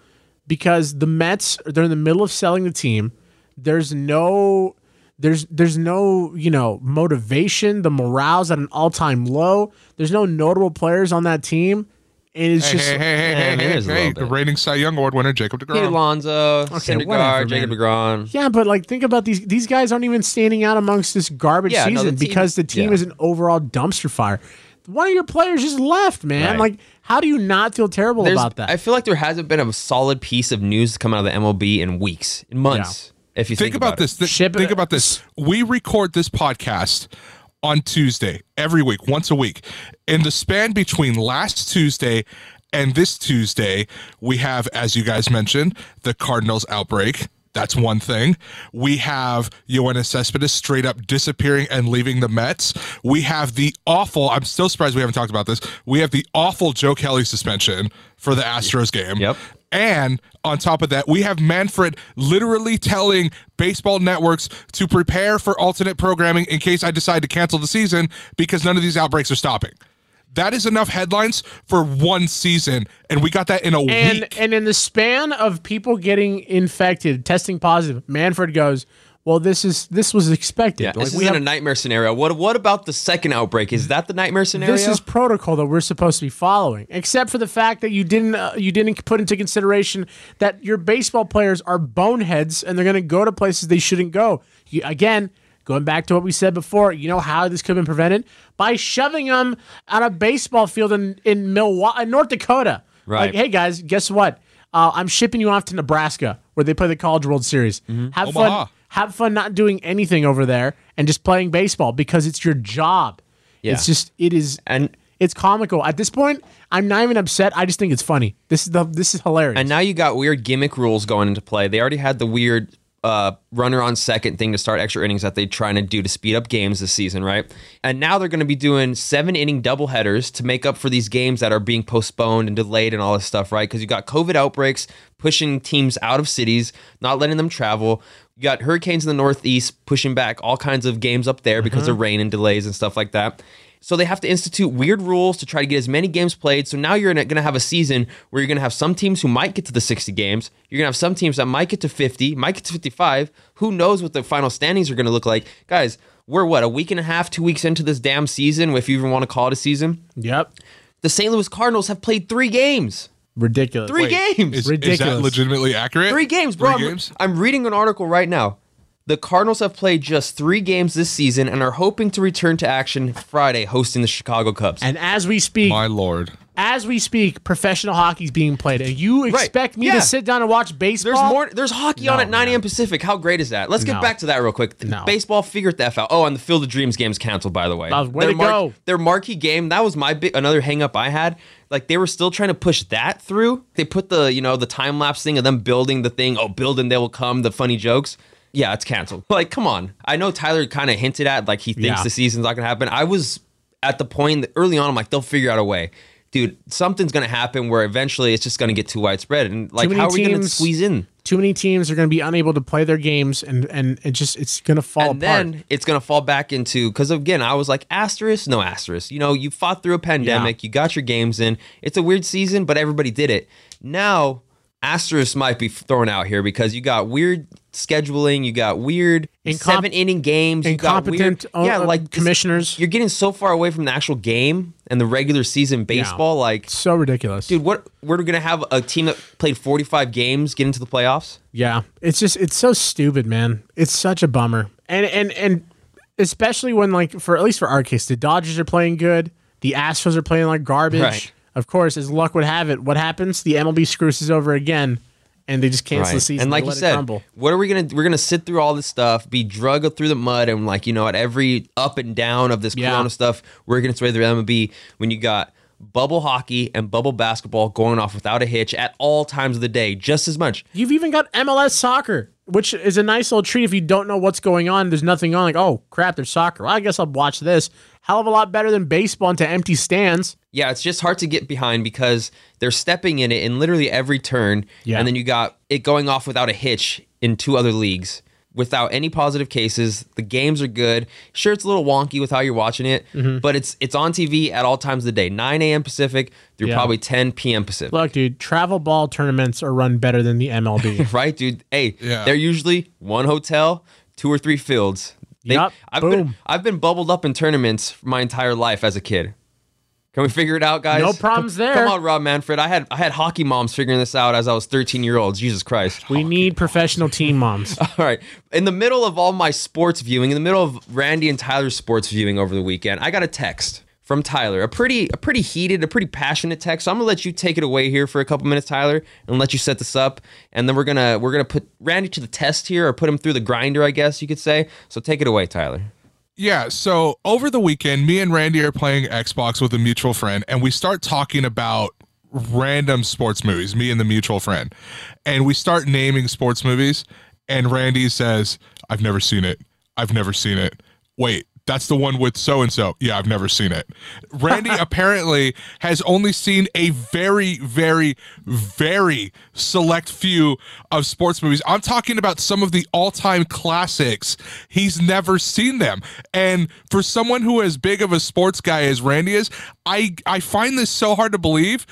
S3: because the Mets they're in the middle of selling the team. There's no there's there's no you know motivation. The morale's at an all time low. There's no notable players on that team. And it's
S4: Hey,
S3: just
S4: hey, hey, hey,
S2: man,
S4: hey,
S2: it
S4: hey,
S2: is a little
S4: hey,
S2: bit.
S4: the reigning Cy Young Award winner, Jacob
S2: Pete
S4: DeGrom.
S2: Alonso,
S3: whatever,
S2: Syndergaard, Jacob
S3: man.
S2: DeGrom.
S3: Yeah, but like think about these these guys aren't even standing out amongst this garbage
S2: Yeah, no, the
S3: season
S2: team-
S3: because the team
S2: yeah.
S3: is an overall dumpster fire. One of your players just left, man.
S2: Right.
S3: Like, how do you not feel terrible
S2: There's-
S3: about that?
S2: I feel like there hasn't been a solid piece of news coming out of the MLB in weeks, in months. If you think,
S4: Think about
S2: it.
S4: this. Th-
S3: Ship-
S4: think about this. We record this podcast on Tuesday every week, once a week. In the span between last Tuesday and this Tuesday, we have, as you guys mentioned, the Cardinals outbreak. That's one thing. We have Yoenis Cespedes straight up disappearing and leaving the Mets. We have the awful, I'm still surprised we haven't talked about this. We have the awful Joe Kelly suspension for the Astros game.
S2: Yep.
S4: And on top of that, we have Manfred literally telling baseball networks to prepare for alternate programming in case I decide to cancel the season because none of these outbreaks are stopping. That is enough headlines for one season, and we got that in a
S3: and
S4: week.
S3: and in the span of people getting infected, testing positive, Manfred goes, "Well, this is this was expected.
S2: Yeah,
S3: Like,
S2: this
S3: we
S2: isn't
S3: have-
S2: a nightmare scenario. What what about the second outbreak? Is that the nightmare scenario?
S3: this is protocol that we're supposed to be following, except for the fact that you didn't uh, you didn't put into consideration that your baseball players are boneheads and they're going to go to places they shouldn't go. You, again, going back to what we said before, you know how this could have been prevented by shoving them on a baseball field in in Milwaukee, North Dakota. Like,
S2: Right.
S3: hey guys, guess what? Uh, I'm shipping you off to Nebraska where they play the College World Series.
S2: Mm-hmm.
S3: Have
S4: Omaha.
S3: fun. Have fun not doing anything over there and just playing baseball because it's your job.
S2: Yeah.
S3: It's just it is
S2: And-
S3: it's comical. At this point, I'm not even upset. I just think it's funny. This is the this is hilarious.
S2: and now you got weird gimmick rules going into play. They already had the weird uh, runner on second thing to start extra innings that they're trying to do to speed up games this season, right? And now they're going to be doing seven inning doubleheaders to make up for these games that are being postponed and delayed and all this stuff, right? Because you got COVID outbreaks pushing teams out of cities, not letting them travel. You got hurricanes in the Northeast pushing back all kinds of games up there because of rain and delays and stuff like that. So they have to institute weird rules to try to get as many games played. So now you're going to have a season where you're going to have some teams who might get to the 60 games. You're going to have some teams that might get to 50, might get to 55. Who knows what the final standings are going to look like? Guys, we're what, a week and a half, two weeks into this damn season, if you even want to call it a season?
S3: yep.
S2: The St. Louis Cardinals have played three games.
S3: Ridiculous.
S2: Three games.
S4: Is, is that
S3: ridiculous.
S4: legitimately accurate?
S2: Three games, bro.
S4: Three
S2: I'm-
S4: games?
S2: I'm, reading an article right now. The Cardinals have played just three games this season and are hoping to return to action Friday, hosting the Chicago Cubs.
S3: And as we speak,
S4: My lord.
S3: as we speak, professional hockey's being played. And you expect me
S2: Yeah.
S3: to sit down and watch baseball?
S2: there's more. There's hockey on
S3: No,
S2: at 9
S3: man.
S2: a.m. Pacific. How great is that? Let's get
S3: No.
S2: back to that real quick.
S3: No.
S2: Baseball figured the f out. Oh, and the Field of Dreams game's canceled, by the way.
S3: Uh, way to go.
S2: Their marquee game. That was my big another hang up I had. Like they were still trying to push that through. They put the you know the time lapse thing of them building the thing. Oh, building they will come. The funny jokes. Yeah, it's canceled. Like, come on. I know Tyler kind of hinted at like he thinks
S3: Yeah.
S2: the season's not gonna happen. I was at the point that early on. I'm like, they'll figure out a way. Dude, something's gonna happen where eventually it's just gonna get too widespread, and like,
S3: many
S2: how are we gonna
S3: teams-
S2: squeeze in?
S3: Too many teams are going to be unable to play their games, and and it just it's going to fall
S2: and
S3: apart.
S2: then it's gonna fall back into because again i was like asterisk no asterisk you know you fought through a pandemic you got your games in it's a weird season but everybody did it now asterisk might be thrown out here because you got weird scheduling you got weird
S3: Incom-
S2: seven inning games you got
S3: Incompetent
S2: weird
S3: own-
S2: yeah
S3: uh,
S2: like this-
S3: commissioners.
S2: you're getting so far away from the actual game and the regular season baseball like
S3: so ridiculous,
S2: dude what we're gonna have a team that played 45 games get into the playoffs
S3: Yeah, it's just it's so stupid, man. It's such a bummer, and and and especially when like for at least for our case, the Dodgers are playing good, the Astros are playing like garbage.
S2: Right.
S3: Of course, as luck would have it, what happens? The MLB screws us over again, and they just cancel the
S2: Right.
S3: season
S2: And like
S3: they
S2: you
S3: let it
S2: said,
S3: crumble.
S2: what are we gonna? We're gonna sit through all this stuff, be drugged through the mud, and like you know, at every up and down of this
S3: Yeah.
S2: Corona stuff, we're gonna throw the MLB when you got bubble hockey and bubble basketball going off without a hitch at all times of the day, just as much.
S3: You've even got MLS soccer, which is a nice little treat if you don't know what's going on. There's nothing on. Like, oh crap, there's soccer. Well, I guess I'll watch this. Hell of a lot better than baseball into empty stands.
S2: Yeah, it's just hard to get behind because they're stepping in it in literally every turn,
S3: Yeah.
S2: and then you got it going off without a hitch in two other leagues. without any positive cases. The games are good. Sure, it's a little wonky with how you're watching it,
S3: Mm-hmm.
S2: but it's it's on TV at all times of the day, 9 a.m. Pacific through
S3: Yeah.
S2: probably 10 p.m. Pacific.
S3: Look, dude, travel ball tournaments are run better than the MLB.
S2: Right, dude. Hey,
S4: Yeah.
S2: they're usually one hotel, two or three fields. They,
S3: Yup.
S2: I've
S3: Boom.
S2: been I've been bubbled up in tournaments my entire life as a kid. Can we figure it out, guys?
S3: No problems there.
S2: Come on, Rob Manfred. I had I had hockey moms figuring this out as I was 13 year olds. Jesus Christ.
S3: we need professional team moms.
S2: All right. In the middle of all my sports viewing, in the middle of Randy and Tyler's sports viewing over the weekend, I got a text from Tyler. A pretty a pretty heated, a pretty passionate text. So I'm going to let you take it away here for a couple minutes, Tyler, and let you set this up. And then we're going to we're going to put Randy to the test here or put him through the grinder, I guess you could say. So take it away, Tyler.
S4: Yeah, so over the weekend, me and Randy are playing Xbox with a mutual friend, and we start talking about random sports movies, me and the mutual friend. And we start naming sports movies, and Randy says, I've never seen it. I've never seen it. Wait, that's the one with so and so. Yeah, I've never seen it. Randy apparently has only seen a very, very, very select few of sports movies. I'm talking about some of the all time classics. He's never seen them. And for someone who as big of a sports guy as Randy is, I, I find this so hard to believe.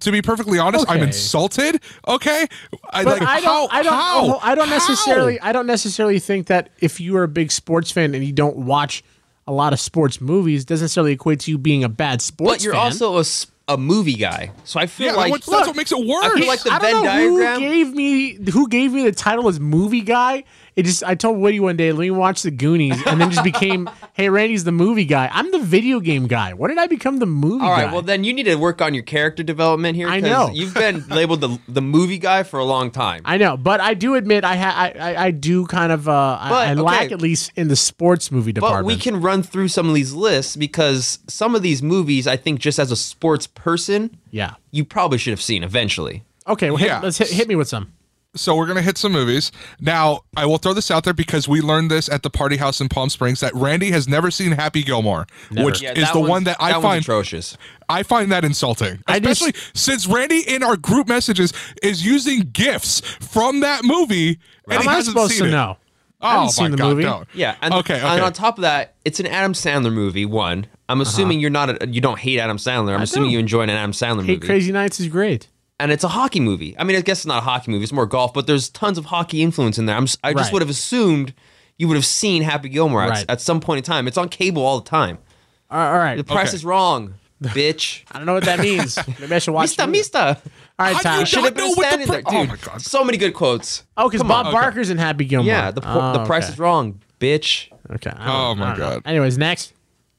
S4: To be perfectly honest, I'm
S3: Okay.
S4: insulted. Okay. I,
S3: But
S4: like,
S3: I
S4: how-
S3: don't, I don't,
S4: how?
S3: I don't
S4: How?
S3: necessarily, I don't necessarily think that if you are a big sports fan and you don't watch a lot of sports movies, doesn't necessarily equate to you being a bad sports.
S2: But you're
S3: fan.
S2: also a, s- a movie guy. So I feel
S4: Yeah,
S2: like
S4: that's what makes it worse.
S2: feel like the
S3: I don't
S2: Venn
S3: know
S2: diagram-
S3: Who gave me who gave me the title as movie guy? It just I told Woody one day, let me watch the Goonies, and then just became, hey, Randy's the movie guy. I'm the video game guy. What did I become the movie
S2: All
S3: guy?
S2: right, well then you need to work on your character development here.
S3: I
S2: 'cause
S3: know.
S2: you've been labeled the the movie guy for a long time.
S3: I know, but I do admit I ha- I, I I do kind of uh I-
S2: But,
S3: I,
S2: okay.
S3: lack at least in the sports movie
S2: But
S3: department.
S2: we can run through some of these lists because some of these movies, I think, just as a sports person,
S3: yeah.
S2: you probably should have seen eventually.
S3: Okay, well, hit-
S4: Yeah.
S3: let's hit, hit me with some.
S4: So we're gonna hit some movies. Now I will throw this out there because we learned this at the party house in Palm Springs that Randy has never seen Happy Gilmore, which is the one that I find
S2: atrocious.
S4: I find that insulting.
S3: I just-
S4: Especially since Randy in our group messages is using gifs from that movie and he
S3: How am I
S4: hasn't
S3: supposed
S4: seen
S3: to
S4: it.
S3: know?
S4: Oh
S3: I haven't
S4: my
S3: seen the
S4: God,
S3: movie.
S4: no.
S2: Yeah. And,
S4: okay. Okay. Uh-huh.
S2: And on top of that, it's an Adam Sandler movie. One, I'm assuming you're not a, you don't hate Adam Sandler. I'm assuming
S3: don't.
S2: you enjoy an Adam Sandler
S3: Hey,
S2: movie.
S3: Crazy Nights is great.
S2: And it's a hockey movie. I mean, I guess it's not a hockey movie. It's more golf, but there's tons of hockey influence in there. I'm, s- I just
S3: Right.
S2: would have assumed you would have seen Happy Gilmore at,
S3: Right.
S2: at some point in time. It's on cable all the time.
S3: All right, all right.
S2: The price
S4: Okay.
S2: is wrong, bitch.
S3: I don't know what that means. Maybe I should watch.
S2: Mista,
S3: it.
S2: Mista.
S3: All right,
S4: How do
S3: Tyler.
S4: you
S2: Should
S4: don't
S2: have been
S4: know what the
S2: standing there,
S4: pri-
S2: dude.
S4: Oh my God.
S2: So many good quotes.
S3: Oh, because Bob Barker's in Happy Gilmore.
S2: Yeah, the po-
S3: Oh,
S2: the price
S3: okay.
S2: is wrong, bitch.
S3: Okay. I don't-
S4: Oh,
S3: I
S4: my
S3: don't know.
S4: God.
S3: Anyways, next.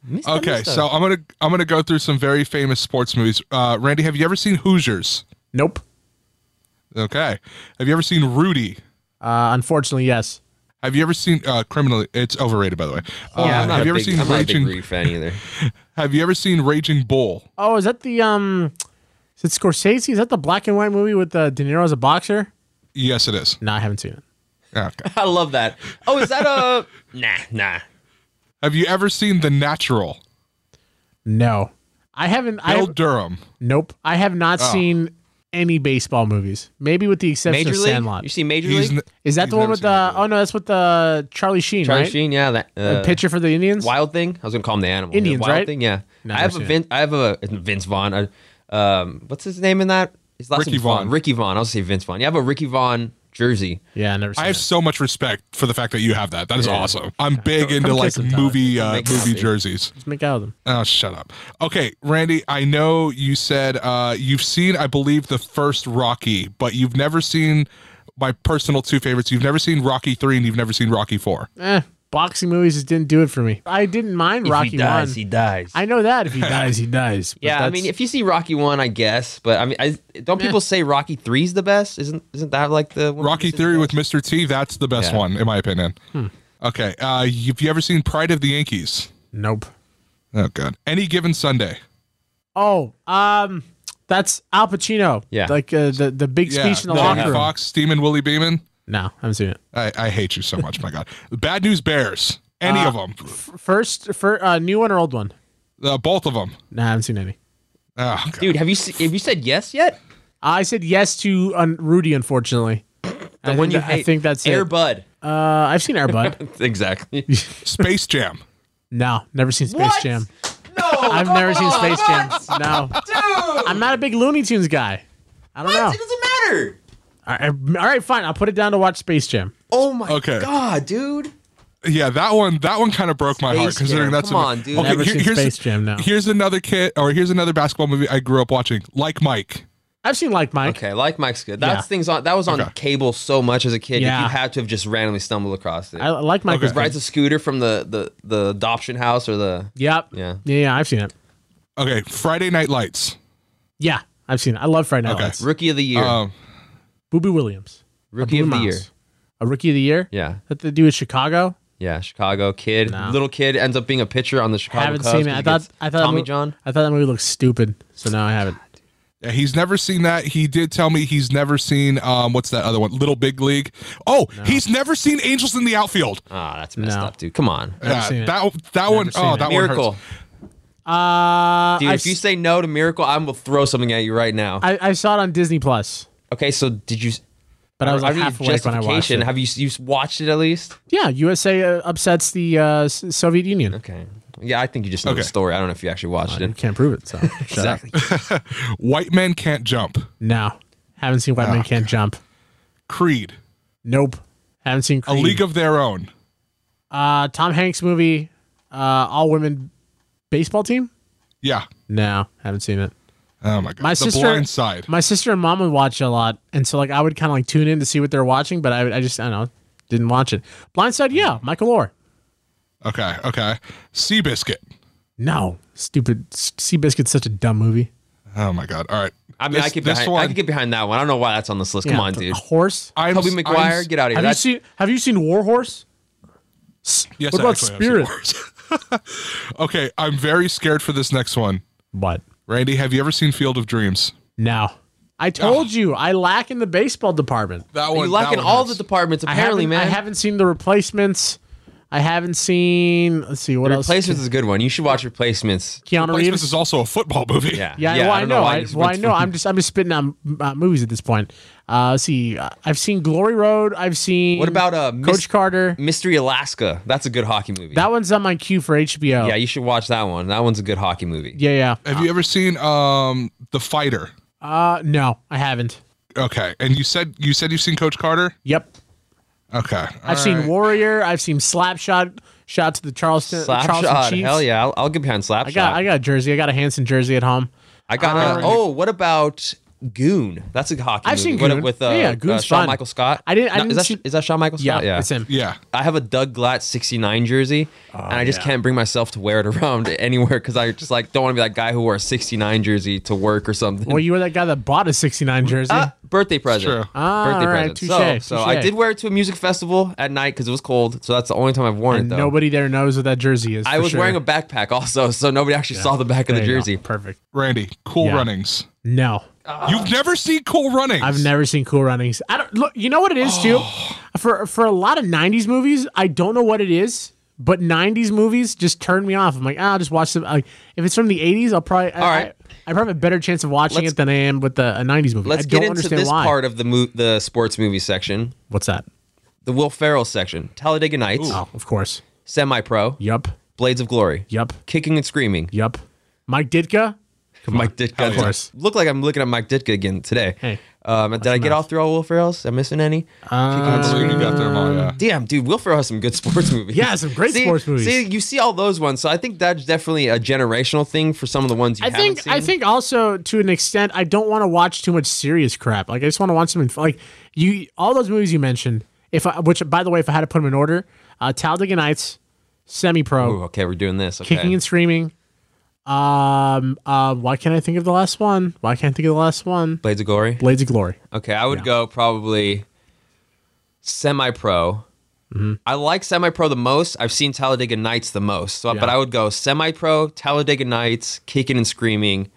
S2: Mr.
S4: okay,
S2: Mr.
S4: so uh, I'm gonna I'm gonna go through some very famous sports movies. Uh, Randy, have you ever seen Hoosiers?
S3: Nope.
S4: Okay. Have you ever seen Rudy?
S3: Uh, unfortunately, yes.
S4: Have you ever seen uh, Criminally? It's overrated, by the way. Uh,
S2: yeah, I'm not
S4: have
S2: a
S4: you ever
S2: big,
S4: seen
S2: I'm not a big
S4: Raging?
S2: Rudy fan either.
S4: Have you ever seen Raging Bull?
S3: Oh, is that the um? Is it Scorsese? Is that the black and white movie with uh, De Niro as a boxer?
S4: Yes, it is.
S3: No, I haven't seen it.
S4: Okay.
S2: I love that. Oh, is that a nah, nah?
S4: have you ever seen The Natural?
S3: No, I haven't. I
S4: Bill
S3: have-
S4: Durham.
S3: nope. I have not
S4: Oh.
S3: seen any baseball movies. Maybe with the exception
S2: Major
S3: of
S2: League.
S3: Sandlot.
S2: You see Major
S4: He's
S2: League?
S4: n-
S3: is that
S4: he's
S3: the one
S4: never
S3: with
S4: seen that
S3: the? Oh no, that's with the Charlie Sheen,
S2: Charlie
S3: right?
S2: Sheen. Yeah, that uh,
S3: The pitcher for the Indians.
S2: Wild thing. I was gonna call him the animal.
S3: Indians,
S2: the wild
S3: right?
S2: Thing. Yeah.
S3: No,
S2: I have
S3: I've
S2: a
S3: seen
S2: Vince. I have a Vince Vaughn. uh, um, what's his name in that? His last
S4: Ricky
S2: name's Vaughn.
S4: Vaughn.
S2: Ricky Vaughn. I'll say Vince Vaughn. You have a Ricky Vaughn jersey.
S3: Yeah, I never. Seen
S4: I have
S3: it.
S4: so much respect for the fact that you have that. That is awesome. I'm big into
S3: kiss
S4: like
S3: him, Tyler.
S4: movie uh,
S2: Make
S4: movie
S2: coffee.
S4: jerseys.
S3: Let's make out of them.
S4: Oh, shut up. Okay, Randy. I know you said uh, you've seen, I believe, the first Rocky, but you've never seen my personal two favorites. You've never seen Rocky three, and you've never seen Rocky four.
S3: Eh, boxing movies just didn't do it for me. I didn't mind Rocky One.
S2: dies.
S3: I know that if he dies, he dies. but
S2: Yeah, I
S3: that's-
S2: mean, if you see Rocky one, I guess, but I mean, I, don't people say Rocky three's the best? Isn't isn't that like the one
S4: Rocky Theory with Mr. T, that's the best
S2: Yeah.
S4: one, in my opinion.
S3: Hmm.
S4: Okay. Uh, have you ever seen Pride of the Yankees?
S3: nope.
S4: Oh, God. Any given Sunday.
S3: Oh, um, that's Al Pacino.
S2: Yeah.
S3: like uh, the the big speech in the
S4: Jamie
S3: locker room.
S4: Fox, Steeman, Willie Beeman.
S3: No, I haven't seen it.
S4: I, I hate you so much, my God. Bad News Bears. Any
S3: Uh,
S4: of 'em. of them.
S3: First, for uh, new one or old one?
S4: Uh, both of them.
S3: No, I haven't seen any.
S4: Oh, God.
S2: Dude, have you se- have you said yes yet?
S3: I said yes to un- Rudy, unfortunately.
S2: The
S3: I
S2: one
S3: think
S2: you
S3: that-
S2: hate.
S3: I think that's
S2: Air
S3: it.
S2: Bud.
S3: Uh, I've seen Air Bud.
S2: Exactly.
S4: Space Jam.
S3: no, never seen Space
S2: What?
S3: Jam.
S2: No,
S3: I've never seen Space Jam. No, I'm not a big Looney Tunes guy. I don't know.
S2: doesn't matter.
S3: All right, all right, fine. I'll put it down to watch Space Jam.
S2: Oh my
S4: Okay.
S2: god, dude.
S4: Yeah, that one that one kind of broke my heart
S2: Space
S4: considering
S2: Jam.
S4: that's
S2: Come
S4: a-
S2: on, dude.
S3: Never seen
S4: here's,
S3: Space Jam, no.
S4: here's another kid or here's another basketball movie I grew up watching, like Mike.
S3: I've seen like Mike.
S2: Okay, like Mike's good. That's
S3: Yeah.
S2: things on that was on
S4: Okay.
S2: cable so much as a kid. If
S3: Yeah.
S2: you had to have just randomly stumbled across it.
S3: I like Mike. was
S4: Okay.
S3: good.
S2: rides a scooter from the, the the adoption house or the
S3: Yep.
S2: Yeah.
S3: yeah. Yeah. I've seen it.
S4: Okay, Friday Night Lights.
S3: Yeah, I've seen it. I love Friday Night
S4: Okay.
S3: Lights.
S2: rookie of the year.
S4: Um,
S3: Boo Boo Williams,
S2: rookie
S3: Blue
S2: of the
S3: Oh, Mouse.
S2: year.
S3: a rookie of the year.
S2: Yeah.
S3: That they do with Chicago.
S2: Yeah, Chicago kid, little kid ends up being a pitcher on the Chicago
S3: haven't
S2: Cubs 'cause
S3: seen it. I
S2: he
S3: thought
S2: gets
S3: I thought that
S2: Tommy
S3: movie,
S2: John.
S3: I thought that movie looked stupid, so no, I haven't.
S4: yeah, he's never seen that. He did tell me he's never seen um what's that other one? Little Big League. Oh, he's never seen Angels in the Outfield.
S2: Ah, that's messed
S3: No.
S2: up, dude. Come on.
S4: Yeah,
S3: seen it.
S4: that that one
S3: seen
S4: oh
S3: it.
S4: that one
S2: Miracle.
S4: hurts.
S3: Uh,
S2: Dude,
S3: I've
S2: if you
S3: s-
S2: say no to Miracle, I'm gonna throw something at you right now.
S3: I, I saw it on Disney Plus,
S2: okay, so did you?
S3: but I was
S2: I
S3: like
S2: need
S3: half awake when I watched
S2: justification.
S3: it.
S2: Have you you watched it at least?
S3: Yeah, USA uh, upsets the uh, S- Soviet Union.
S2: Okay. Yeah, I think you just know the
S4: Okay.
S2: story. I don't know if you actually watched
S3: You
S2: it.
S3: can't prove it, so shut up.
S2: Exactly.
S4: White Men Can't Jump.
S3: No, haven't seen White Man Can't Jump.
S4: Creed.
S3: Nope, haven't seen
S4: A
S3: Creed.
S4: League of Their Own.
S3: uh, Tom Hanks movie, uh, all women baseball team.
S4: Yeah.
S3: No, haven't seen it.
S4: Oh my god.
S3: My
S4: the
S3: sister,
S4: Blind Side.
S3: my sister and mom would watch a lot, and so like I would kind of like tune in to see what they're watching, but I, would- I just I don't know, didn't watch it. Blind Side, yeah, Michael Orr.
S4: Okay, okay. Seabiscuit.
S3: No, stupid Seabiscuit's such a dumb movie.
S4: Oh my god. All right.
S2: I mean, I could
S4: this
S2: behind,
S4: one.
S2: I could get behind that one. I don't know why that's on this list. Come
S3: Yeah,
S2: on,
S3: the
S2: dude.
S3: Horse.
S4: I'm,
S2: Toby
S4: I'm-
S2: McGuire, get out of here.
S3: Have
S2: That's,
S3: you seen Have you seen War Horse? S-
S4: Yes,
S3: what
S4: I
S3: about
S4: actually have
S3: Spirit?
S4: seen Wars. okay, I'm very scared for this next one.
S3: What?
S4: Randy, have you ever seen Field of Dreams?
S3: No, I told you I lack in the baseball department.
S4: That
S2: you lack in all the departments,
S3: I
S2: apparently,
S3: haven't-
S2: man.
S3: I haven't seen the replacements. I haven't seen. Let's see what else.
S2: Replacements is a good one. You should watch Replacements.
S3: Keanu
S4: This
S3: Reeves.
S4: is also a football movie.
S2: Yeah.
S3: Yeah, well, I, know.
S2: why
S3: I,
S2: you just
S3: well, I
S2: went
S3: know. I'm just I'm just spitting on uh, movies at this point. Uh, let's see, uh, I've seen Glory Road. I've seen.
S2: What about, uh,
S3: Coach
S2: Miss-
S3: Carter?
S2: to Mystery Alaska. That's a good hockey movie.
S3: that one's on my queue for HBO.
S2: yeah, you should watch that one. That one's a good hockey movie.
S3: yeah, yeah.
S4: Have you ever seen um The Fighter?
S3: Uh, no, I haven't.
S4: Okay. And you said you said you've seen Coach Carter?
S3: Yep,
S4: Okay.
S3: I've seen Warrior. I've seen Slapshot. Shout to the Charleston
S2: Slapshot.
S3: Charleston Chiefs.
S2: Hell yeah, I'll, I'll get behind Slapshot.
S3: I got I got a jersey. I got a Hanson jersey at home.
S2: I got. uh, oh, what about Goon? That's a hockey.
S3: I've
S2: movie.
S3: seen
S2: What,
S3: Goon.
S2: with uh,
S3: Yeah, yeah,
S2: uh,
S3: Goon's
S2: Shawn
S3: fun.
S2: Michael Scott.
S3: I didn't- I
S2: No,
S3: didn't
S2: is
S3: see-
S2: that is that Shawn Michael
S3: Yeah,
S2: Scott? Yeah,
S3: it's him. Oh,
S4: Yeah.
S2: I have a Doug Glatt 69 jersey and I just can't bring myself to wear it around anywhere because I just like don't want to be that guy who wore a 69 jersey to work or something.
S3: Well, you were that guy that bought a '69 jersey.
S2: Ah, birthday present.
S4: true.
S3: Ah,
S2: birthday
S3: all right,
S2: present.
S3: touche,
S2: so, so I
S3: touche.
S2: did wear it to a music festival at night because it was cold. So that's the only time I've worn
S3: and
S2: it though.
S3: nobody there knows what that jersey is.
S2: I
S3: for
S2: was
S3: sure.
S2: wearing a backpack also, so nobody actually saw the back of the
S3: There you go.
S2: jersey.
S3: Perfect.
S4: Randy, Cool
S3: Yeah.
S4: Runnings.
S3: No,
S4: You've never seen Cool Runnings.
S3: I've never seen Cool Runnings. I don't look. You know what it is too.
S2: Oh.
S3: For for a lot of '90s movies, I don't know what it is, but '90s movies just turn me off. I'm like, ah, I'll just watch them. Like, if it's from the '80s, I'll probably. I,
S2: All right.
S3: I, I probably have a better chance of watching
S2: Let's-
S3: it than I am with the, a '90s movie.
S2: Let's
S3: I don't
S2: get into
S3: understand
S2: this
S3: why.
S2: part of the mo- the sports movie section,
S3: What's that?
S2: the Will Ferrell section, Talladega Nights,
S3: Oh, of course.
S2: Semi Pro,
S3: Yup.
S2: Blades of Glory,
S3: Yup.
S2: Kicking and Screaming,
S3: Yup. Mike Ditka.
S2: Mike Ditka.
S4: Of
S3: course.
S2: Look like I'm looking at Mike Ditka again today.
S3: Hey,
S2: um, did I get all through all Will Ferrell's? Am I missing any?
S3: Uh,
S2: Kicking
S4: I
S2: and
S4: believe you
S2: Screaming.
S4: got them all, yeah.
S2: Damn, dude, Will Ferrell has some good sports movies.
S3: Yeah, some great
S2: See-
S3: sports movies.
S2: See, you see all those ones, so I think that's definitely a generational thing for some of the ones you
S3: I
S2: haven't
S3: think
S2: seen.
S3: I think also to an extent I don't want to watch too much serious crap. Like I just want to watch something f- like you all those movies you mentioned. If I, which by the way, if I had to put them in order, uh, Talladega Nights, Semi
S2: Ooh,
S3: Pro,
S2: okay, we're doing this. Okay.
S3: Kicking and Screaming. Um, uh, why can't I think of the last one? Why can't I think of the last one?
S2: Blades of Glory.
S3: Blades of Glory.
S2: Okay, I would go probably semi pro.
S3: Mm-hmm.
S2: I like semi pro the most. I've seen Talladega Nights the most. So, But
S3: Yeah.
S2: I would go semi pro, Talladega Nights, Kicking and Screaming,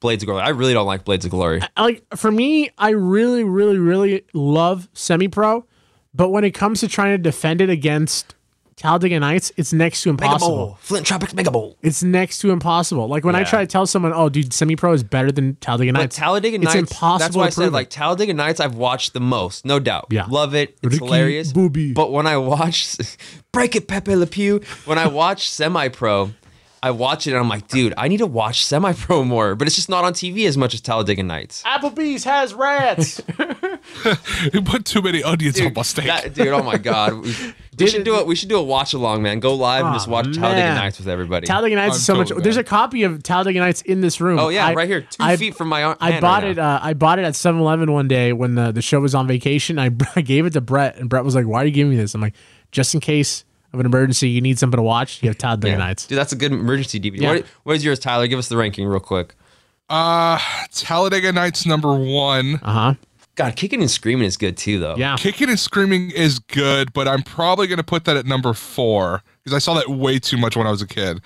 S2: Blades of Glory. I really don't like Blades of Glory.
S3: like for me, I really, really, really love semi pro, but when it comes to trying to defend it against Talladega Nights, it's next to
S2: Mega
S3: impossible.
S2: Bowl. Flint Tropics Mega Bowl.
S3: It's next to impossible. Like when I
S2: Yeah.
S3: try to tell someone, "Oh, dude, semi pro is better than Talladega
S2: But
S3: Nights."
S2: Talladega Nights,
S3: It's impossible.
S2: That's why
S3: to
S2: I said
S3: prove it.
S2: like Talladega Nights. I've watched the most, no doubt.
S3: Yeah.
S2: love it. It's
S3: Ricky
S2: hilarious.
S3: Bobby.
S2: But when I watch, break it, Pepe Le Pew. When I watch Semi Pro, I watch it and I'm like, dude, I need to watch Semi Pro more. But it's just not on TV as much as Talladega Nights.
S3: Applebee's has rats.
S4: You put too many onions on my steak.
S2: That- dude, oh my god, we, we should do it. We should do a watch along, man. Go live and just
S3: Aw,
S2: watch Talladega
S3: man.
S2: Nights with everybody.
S3: Talladega Nights
S4: I'm
S3: is so much.
S4: totally bad.
S3: There's a copy of Talladega Nights in this room.
S2: oh yeah,
S3: I-
S2: right here, two
S3: I-
S2: feet from my arm.
S3: I bought it. Uh, I bought it at 7-Eleven one day when the, the show was on vacation. I, I gave it to Brett, and Brett was like, "Why are you giving me this?" I'm like, "Just in case of an emergency, you need something to watch. You have Talladega Nights."
S2: Dude, that's a good emergency DVD.
S3: Yeah.
S2: What, what is yours, Tyler? Give us the ranking real quick.
S4: Uh, Talladega Nights number one.
S3: Uh huh.
S2: God, kicking and screaming is good too, though.
S3: Yeah.
S4: Kicking and Screaming is good, but I'm probably going to put that at number four because I saw that way too much when I was a kid.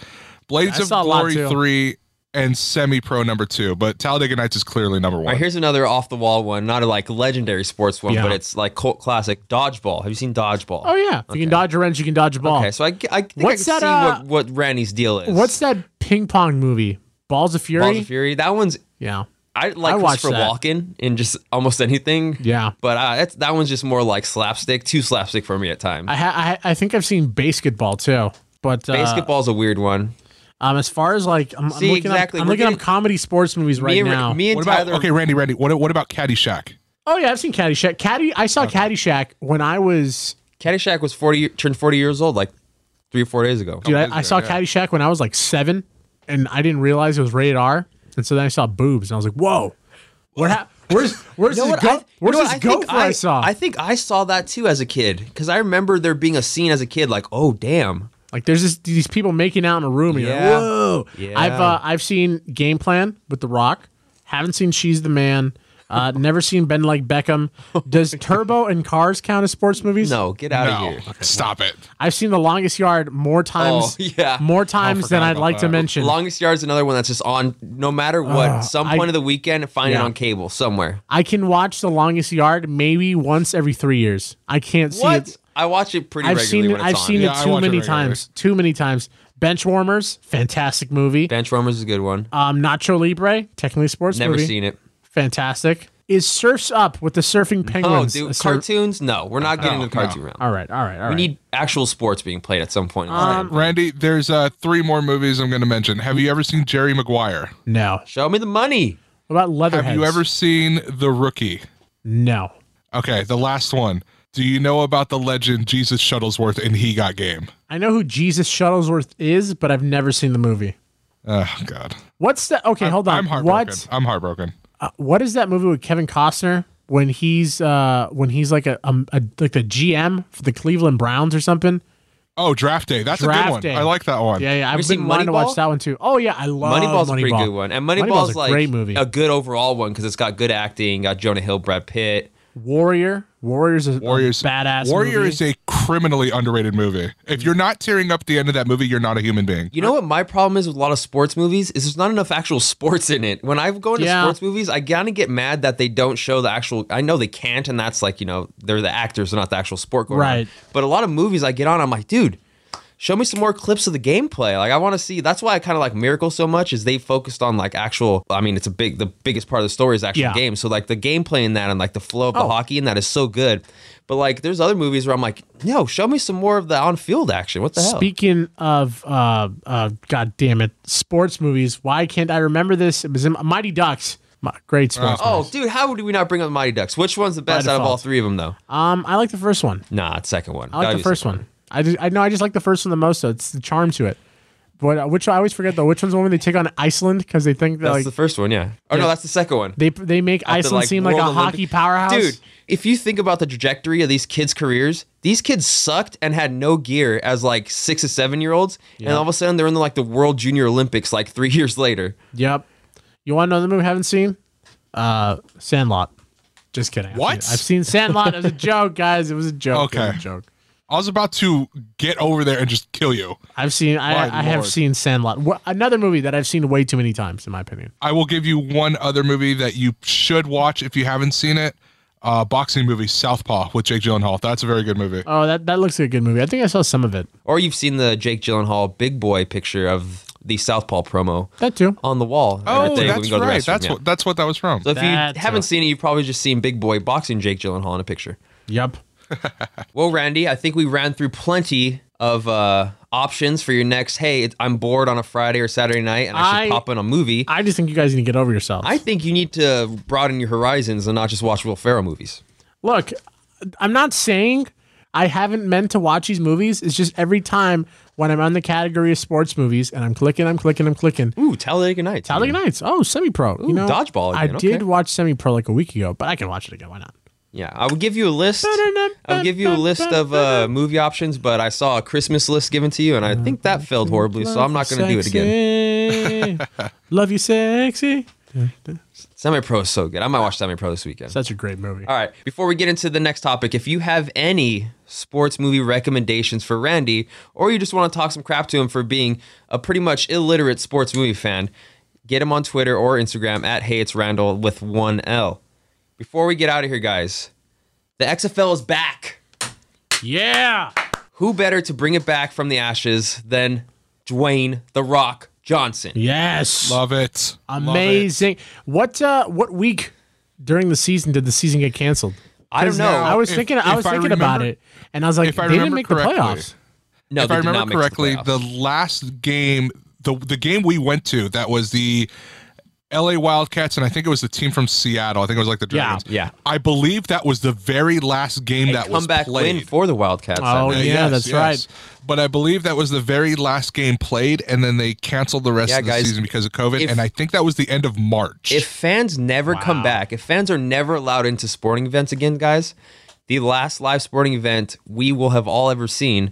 S4: Blades
S3: I
S4: of
S3: saw a lot,
S4: Glory
S3: too.
S4: 3 and Semi Pro number two, but Talladega Nights is clearly number
S2: All
S4: one.
S2: right, here's another off the wall one, not a like legendary sports one,
S3: Yeah.
S2: but it's like cult classic. Dodgeball. Have you seen Dodgeball?
S3: Oh yeah. If you can dodge a wrench, you can dodge a ball.
S2: Okay, so I, I think
S3: What's
S2: I can
S3: that, uh,
S2: see what, what Randy's deal is.
S3: What's that ping pong movie? Balls of Fury.
S2: Balls of Fury? That one's
S3: Yeah.
S2: I like
S3: I watched
S2: Christopher
S3: that.
S2: Walken in just almost anything.
S3: Yeah.
S2: but uh, that's, that one's just more like slapstick, too slapstick for me at times.
S3: I ha- I, I think I've seen basketball too. But uh,
S2: Basketball's a weird one.
S3: um, as far as like, I'm, I'm
S2: See,
S3: looking
S2: exactly.
S3: Up, I'm
S2: We're
S3: looking
S2: getting-
S3: up comedy sports movies
S2: me
S3: right
S2: and,
S3: now.
S2: me and
S4: what about,
S2: Tyler.
S4: okay, Randy, Randy, what, what about Caddyshack?
S3: oh yeah, I've seen Caddyshack. Caddy, I saw Caddyshack when I was
S2: Caddyshack was forty, year- turned forty years old like three or four days ago.
S3: Dude,
S4: is
S3: I, I
S4: there?
S3: saw
S4: Yeah.
S3: Caddyshack when I was like seven, and I didn't realize it was rated R. And so then I saw boobs, and I was like, "Whoa, what? hap where's where's
S2: You know what?
S3: this go?
S2: I- you
S3: where's
S2: know what?
S3: this
S2: I
S3: go
S2: think
S3: for I, saw?
S2: I think I saw that too as a kid because I remember there being a scene as a kid like, oh damn,
S3: like there's this, these people making out in a room. And
S2: Yeah.
S3: You're like, Whoa!
S2: Yeah.
S3: I've uh, I've seen Game Plan with The Rock. Haven't seen She's the Man. Uh, never seen Ben like Beckham. Does Turbo and Cars count as sports movies?
S2: no, get out of
S4: No,
S2: here.
S4: stop it.
S3: I've seen The Longest Yard more times.
S2: Oh, yeah. Oh,
S3: More times than
S4: forgot
S3: I'd
S4: about
S3: like to
S4: that.
S3: mention.
S2: Longest Yard is another one that's just on no matter what. some
S3: Uh, I-
S2: point of the weekend, find it
S3: Yeah.
S2: on cable somewhere.
S3: I can watch The Longest Yard maybe once every three years. I can't see
S2: What?
S3: it.
S2: I watch it pretty
S3: I've
S2: regularly
S3: seen it.
S2: when it's
S3: I've
S2: on.
S3: seen
S4: Yeah,
S3: it
S4: I
S3: too
S4: watch it
S3: many
S4: regularly.
S3: times. Too many times. Benchwarmers, fantastic movie.
S2: Benchwarmers is a good one.
S3: Um, Nacho Libre, technically a sports
S2: Never
S3: movie.
S2: seen it.
S3: Fantastic. Is Surfs Up with the surfing
S2: Oh,
S3: penguins? a
S2: dude,
S3: sur-
S2: cartoons? No, we're not getting
S4: No,
S2: into the cartoon
S4: no.
S2: round.
S3: Oh, All right, all right, Um, all right.
S2: We need actual sports being played at some point. In time.
S4: Randy, there's uh, three more movies I'm going to mention. Have you ever seen Jerry Maguire?
S3: no.
S2: Show me the money.
S3: What about Leatherheads?
S4: Have you ever seen The Rookie?
S3: No.
S4: Okay, the last one. Do you know about the legend Jesus Shuttlesworth in He Got Game?
S3: I know who Jesus Shuttlesworth is, but I've never seen the movie.
S4: Oh God.
S3: What's that? Okay, hold on.
S4: I'm heartbroken.
S3: what? uh,
S4: I'm heartbroken.
S3: what is that movie with Kevin Costner when he's uh when he's like a, um a like the GM for the Cleveland Browns or something?
S4: Oh, draft day. That's a
S3: Draft
S4: good one.
S3: Day.
S4: I like that one.
S3: Yeah, yeah. I've
S2: seen
S3: been wanting to
S2: Moneyball?
S3: watch that one too. Oh yeah, I love
S2: Moneyball's
S3: Moneyball.
S2: a pretty good one, and Moneyball's,
S3: Moneyball's a
S2: like
S3: great movie.
S2: a good overall one because it's got good acting. Got Jonah Hill, Brad Pitt.
S3: Warrior, Warriors is
S4: Warriors.
S3: a badass.
S4: Warrior
S3: movie.
S4: is a criminally underrated movie. If you're not tearing up at the end of that movie, you're not a human being.
S2: You know what my problem is with a lot of sports movies is there's not enough actual sports in it. When I go into
S3: Yeah.
S2: sports movies, I kind of get mad that they don't show the actual. I know they can't, and that's like you know they're the actors, they're not the actual sport going on.
S3: Right.
S2: But a lot of movies I get on, I'm like, dude, show me some more clips of the gameplay. Like I want to see. That's why I kind of like Miracle so much is they focused on like actual. I mean, it's a big. The biggest part of the story is actual
S3: Yeah.
S2: game. So like the gameplay in that and like the flow of the
S3: Oh.
S2: hockey in that is so good. But like there's other movies where I'm like, no, show me some more of the on field action. What the hell?
S3: Speaking of uh uh god damn it, sports movies, why can't I remember this? It was in Mighty Ducks. My, great sports
S2: Oh,
S3: movies.
S2: dude, how do we not bring up the Mighty Ducks? Which one's the best out of all
S3: default.
S2: three of them, though?
S3: Um I like the first one.
S2: Nah, it's second one.
S3: I like the first one. I just, I know I just like the first one the most. So it's the charm to it. But uh, which I always forget though. Which one's the one where they take on Iceland because they think that
S2: That's
S3: like
S2: the first one, yeah. Oh no, that's the second one.
S3: they they make
S2: After,
S3: Iceland seem like a
S2: World Olympic-
S3: hockey powerhouse.
S2: Dude, if you think about the trajectory of these kids' careers, these kids sucked and had no gear as like six or seven year olds, and all of a sudden they're in the, like the World Junior Olympics like three years later.
S3: Yep. You want to know the movie I haven't seen? Uh, Sandlot. Just kidding. I've
S4: What?
S3: seen- I've seen Sandlot. it was a joke, guys. It was a joke. It was
S4: Okay.
S3: a joke.
S4: I was about to get over there and just kill you.
S3: I've seen.
S4: My
S3: I, I have
S4: lord.
S3: seen Sandlot. Wha- Another movie that I've seen way too many times, in my opinion.
S4: I will give you one other movie that you should watch if you haven't seen it. uh, boxing movie Southpaw with Jake Gyllenhaal. That's a very good movie.
S3: Oh, that, that looks like a good movie. I think I saw some of it.
S2: Or you've seen the Jake Gyllenhaal big boy picture of the Southpaw promo
S3: That too.
S2: on the wall.
S4: oh,
S2: Right there, we
S4: that's
S2: can go to the
S4: right.
S2: restroom,
S4: That's
S2: yeah.
S4: what that's what that was from.
S2: So if
S3: That's
S2: you haven't
S3: right.
S2: seen it, you've probably just seen Big Boy boxing Jake Gyllenhaal in a picture.
S3: Yep.
S2: Well, Randy, I think we ran through plenty of uh, options for your next. Hey, it's, I'm bored on a Friday or Saturday night, and I should
S3: I-
S2: pop in a movie. I,
S3: I just think you guys need to get over yourselves.
S2: think you need to broaden your horizons and not just watch Will Ferrell movies.
S3: Look, I'm not saying I haven't meant to watch these movies. It's just every time when I'm on the category of sports movies and I'm clicking, I'm clicking, I'm clicking.
S2: Ooh, Talladega Nights.
S3: Talladega Nights. Oh, semi pro. You know,
S2: dodgeball
S3: I
S2: again,
S3: did
S2: okay.
S3: watch semi pro like a week ago, but I can watch it again. Why not?
S2: Yeah, I will give you a list. I'll give you a list of uh, movie options, but I saw a Christmas list given to you, and I think that failed horribly, so I'm not going to do it again.
S3: again. Love you, sexy.
S2: Semi Pro is so good. I might watch Semi Pro this weekend.
S3: Such a great movie.
S2: All right. Before we get into the next topic, if you have any sports movie recommendations for Randy, or you just want to talk some crap to him for being a pretty much illiterate sports movie fan, get him on Twitter or Instagram at Hey It's Randall with one L. Before we get out of here, guys, the XFL is back.
S3: Yeah.
S2: Who better to bring it back from the ashes than Dwayne The Rock Johnson?
S3: Yes.
S4: Love it. Love it.
S3: Amazing. What uh what week during the season did the season get canceled?
S2: I don't know.
S4: now-
S3: I was
S4: If-
S3: thinking I
S4: if
S3: was
S4: I
S3: thinking
S4: remember-
S3: about it and I was like
S4: if I
S3: they didn't
S4: remember
S3: make
S4: correctly,
S3: the playoffs.
S2: no,
S4: if
S2: they
S4: I
S2: did not
S4: remember
S2: make it to the
S4: correctly,
S2: playoffs.
S4: the last game, the the game we went to, that was the L.A. Wildcats, and I think it was the team from Seattle. I think it was like the
S3: Yeah.
S4: Dragons.
S2: Yeah.
S4: I believe that was the very last game that was
S2: comeback
S4: played.
S2: win for the Wildcats. that
S3: Oh,
S2: night.
S4: Uh,
S3: Yeah, that's right.
S4: But I believe that was the very last game played, and then they canceled the rest
S2: Yeah,
S4: of the
S2: guys,
S4: season because of COVID.
S2: if-
S4: and I think that was the end of March.
S2: If fans never come back, if fans are never allowed into sporting events again, guys, the last live sporting event we will have all ever seen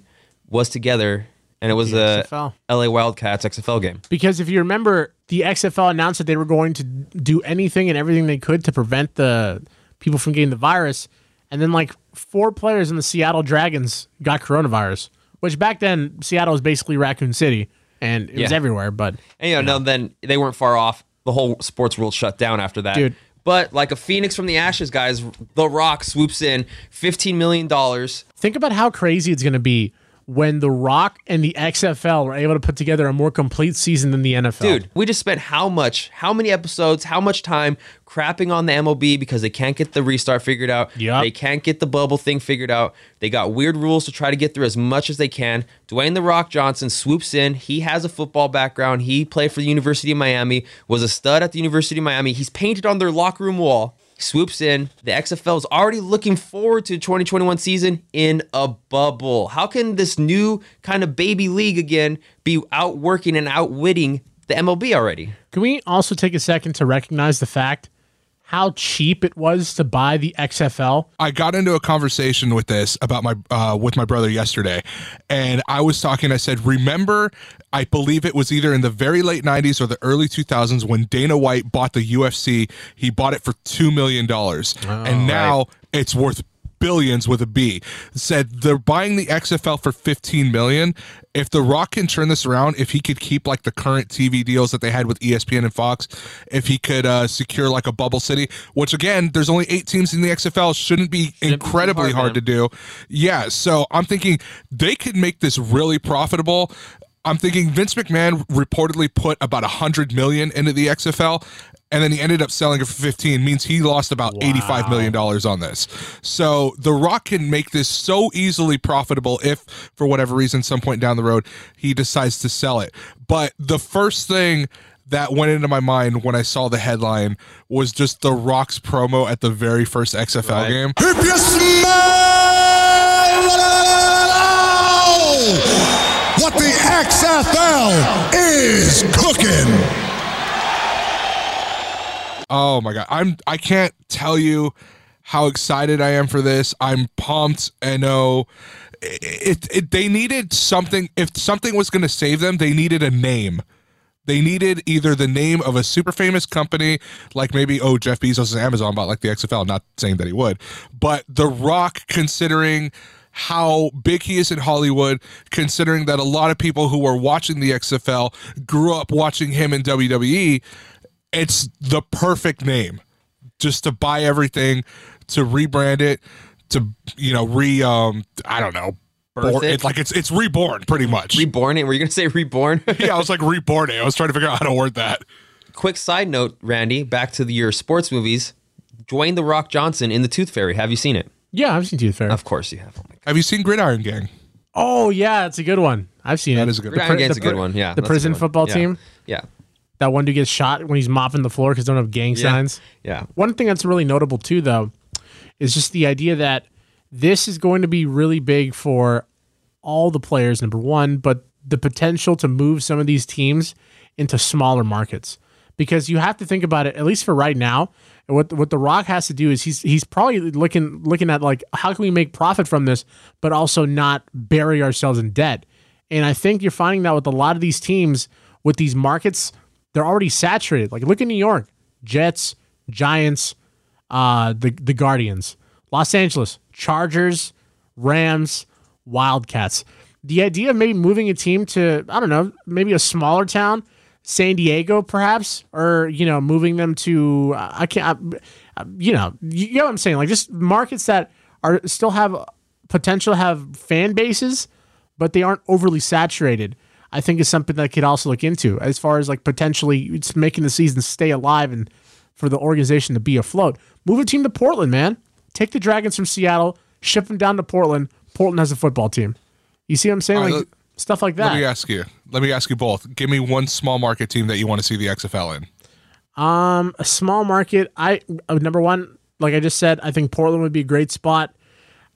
S2: was together, and it was
S3: The
S2: the
S3: XFL.
S2: LA Wildcats XFL game.
S3: Because if you remember, the XFL announced that they were going to do anything and everything they could to prevent the people from getting the virus. And then, like, four players in the Seattle Dragons got coronavirus, which back then, Seattle was basically Raccoon City and it was
S2: Yeah.
S3: everywhere. But
S2: And you know, no, then they weren't far off. The whole sports world shut down after that.
S3: Dude.
S2: But like a phoenix from the ashes, guys, The Rock swoops in, fifteen million dollars.
S3: think about how crazy it's going to be when The Rock and the XFL were able to put together a more complete season than the NFL.
S2: Dude, we just spent how much, how many episodes, how much time crapping on the MLB because they can't get the restart figured out.
S3: Yup.
S2: They can't get the bubble thing figured out. They got weird rules to try to get through as much as they can. Dwayne The Rock Johnson swoops in. He has a football background. He played for the University of Miami, was a stud at the University of Miami. He's painted on their locker room wall. Swoops in. The XFL is already looking forward to the 2021 season in a bubble. How can this new kind of baby league again be outworking and outwitting the MLB already.
S3: Can we also take a second to recognize the fact how cheap it was to buy the XFL?
S4: I got into a conversation with this about my uh, with my brother yesterday, and I was talking. I said, "Remember, I believe it was either in the very late '90s or the early 2000s when Dana White bought the UFC. He bought it for two million dollars, and now it's worth billions with a B. Said they're buying the XFL for 15 million. If The Rock can turn this around, if he could keep like the current TV deals that they had with E ESPN and Fox, if he could uh, secure like a bubble city, which again, there's only eight teams in the XFL, shouldn't be incredibly hard, to do. Yeah, so I'm thinking they could make this really profitable. I'm thinking Vince McMahon reportedly put about 100 million into the XFL and then he ended up selling it for 15 means he lost about 85 million dollars on this. So The Rock can make this so easily profitable if for whatever reason some point down the road he decides to sell it. But the first thing that went into my mind when I saw the headline was just The Rock's promo at the very first XFL game.
S5: If you smell what the XFL is cooking.
S4: Oh my god. I'm I can't tell you how excited I am for this. I'm pumped. I know it, it they needed something if something was going to save them, they needed a name. They needed either the name of a super famous company, like maybe oh Jeff Bezos is Amazon bought like the XFL. Not saying that he would, but The Rock, considering how big he is in Hollywood, considering that a lot of people who are watching the XFL grew up watching him in WWE, it's the E, perfect name just to buy everything, to rebrand it, to you know re um I don't know.
S2: Birth
S4: born-
S2: it?
S4: It's like it's it's reborn pretty much.
S2: Reborn it? Were you going to say reborn?
S4: yeah, I was like reborn it. I was trying to figure out how to word that.
S2: Quick side note, Randy, back to the, your sports movies. Dwayne The Rock Johnson in The Tooth Fairy. Have you seen it?
S3: Yeah, I've seen Tooth Fairy.
S2: Of course you have. Oh my God.
S4: Have you seen Gridiron Gang?
S3: Oh yeah, it's a good one. I've seen it.
S4: That is a good one.
S2: Gridiron
S3: pri-
S2: Gang's a
S3: pri-
S2: good one. Yeah.
S3: the
S2: that's a
S3: prison
S2: good one.
S3: football
S2: Yeah.
S3: team.
S2: Yeah.
S3: That one dude gets shot when he's mopping the floor because don't have gang signs.
S2: Yeah.
S3: One thing that's really notable too, though, is just the idea that this is going to be really big for all the players. Number one, but the potential to move some of these teams into smaller markets because you have to think about it at least for right now. and What what the Rock has to do is he's he's probably looking looking at like how can we make profit from this, but also not bury ourselves in debt. And I think you're finding that with a lot of these teams, with these markets, they're already saturated. Like look at New York, Jets, Giants, uh, the the Guardians, Los Angeles, Chargers, Rams, Wildcats. The idea of maybe moving a team to I don't know, maybe a smaller town, San Diego perhaps, or you know, moving them to I can't, I, you know, you know what I'm saying, like just markets that are still have potential to have fan bases, but they aren't overly saturated. I think is something that I could also look into as far as like potentially it's making the season stay alive and for the organization to be afloat. Move a team to Portland, man. Take the Dragons from Seattle, ship them down to Portland. Portland has a football team. You see what I'm saying?
S4: All right,
S3: Like
S4: let-
S3: stuff like
S4: Let me
S3: that.
S4: ask you. Let me ask you both. Give me one small market team that you want to see the XFL in.
S3: Um, a small market. I uh, number one, like I just said, I think Portland would be a great spot.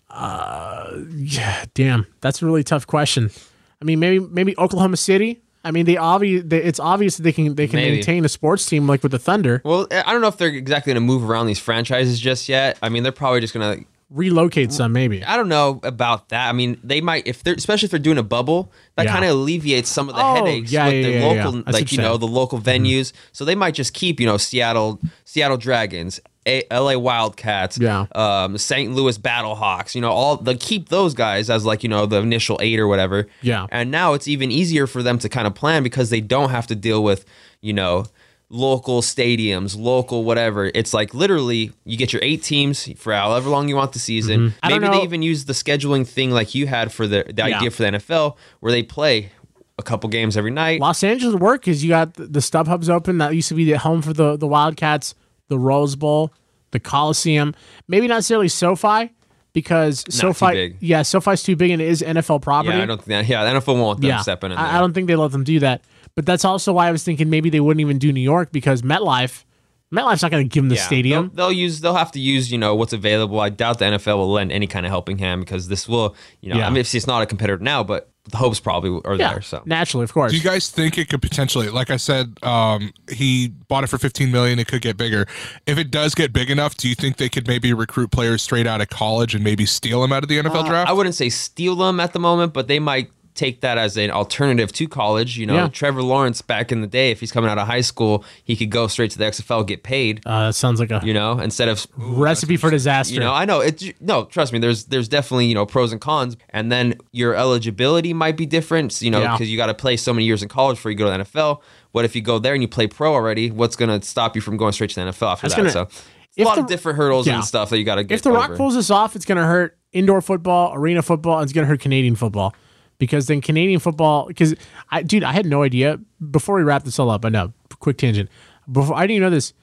S3: Uh, yeah, damn, that's a really tough question. I mean, maybe maybe Oklahoma City. I mean, they obvious. They, it's obvious that they can they can
S2: Maybe.
S3: maintain a sports team like with the Thunder.
S2: Well, I don't know if they're exactly going to move around these franchises just yet. I mean, they're probably just going to
S3: relocate some maybe.
S2: I don't know about that. I mean, they might if they're especially if they're doing a bubble, that
S3: Yeah.
S2: kind of alleviates some of the
S3: Oh,
S2: headaches
S3: yeah,
S2: with
S3: yeah,
S2: the
S3: yeah, yeah.
S2: local
S3: That's Mm-hmm. what
S2: like you
S3: you're
S2: know,
S3: saying.
S2: the local venues. So they might just keep, you know, Seattle Seattle Dragons, a- LA Wildcats,
S3: Yeah.
S2: um, St. Louis Battlehawks, you know, all they keep those guys as like, you know, the initial 8 or whatever.
S3: Yeah.
S2: And now it's even easier for them to kind of plan because they don't have to deal with, you know, local stadiums, local whatever. It's like literally you get your 8 teams for however long you want the season.
S3: Mm-hmm. I don't
S2: Maybe they
S3: know-
S2: even use the scheduling thing like you had for the, the
S3: Yeah.
S2: idea for the NFL where they play a couple games every night.
S3: Los Angeles would work because you got the, the StubHub's open. That used to be the home for the, the Wildcats, the Rose Bowl, the Coliseum. Maybe not necessarily SoFi because
S2: too
S3: SoFi,
S2: big.
S3: yeah, SoFi's too big and it is NFL property.
S2: yeah, I don't think that, yeah, the NFL won't let them
S3: yeah,
S2: stepping in.
S3: I, I
S2: there.
S3: don't think they let them do that. But that's also why I was thinking maybe they wouldn't even do New York because MetLife, MetLife's not going to give them the
S2: Yeah,
S3: stadium.
S2: They'll, they'll use. They'll have to use. You know what's available. I doubt the NFL will lend any kind of helping hand because this will. You know,
S3: Yeah.
S2: I mean, obviously it's not a competitor now, but the hopes probably are
S3: yeah,
S2: there. So
S3: naturally, of course.
S4: Do you guys think it could potentially, like I said, um, he bought it for 15 million. It could get bigger. If it does get big enough, do you think they could maybe recruit players straight out of college and maybe steal them out of the NFL
S3: uh,
S4: draft?
S2: I wouldn't say steal them at the moment, but they might take that as an alternative to college. You know,
S3: Yeah.
S2: Trevor Lawrence back in the day, if he's coming out of high school, he could go straight to the XFL, get paid.
S3: uh, that sounds like a
S2: You know, instead of
S3: recipe for disaster.
S2: You know, I know it. No, trust me. There's there's definitely you know pros and cons, and then your eligibility might be different. You know,
S3: Yeah.
S2: because you got to play so many years in college before you go to the NFL. What if you go there and you play pro already? What's gonna stop you from going straight to the NFL after
S3: That's
S2: that?
S3: gonna-
S2: so it's a
S3: if
S2: lot
S3: the-
S2: of different hurdles
S3: yeah.
S2: and stuff that you got to get.
S3: if the Rock
S2: over.
S3: pulls this off, it's going to hurt indoor football, arena football, and it's going to hurt Canadian football because then Canadian football. Because I, dude, I had no idea before we wrap this all up. I know, quick tangent. Before I didn't even know this.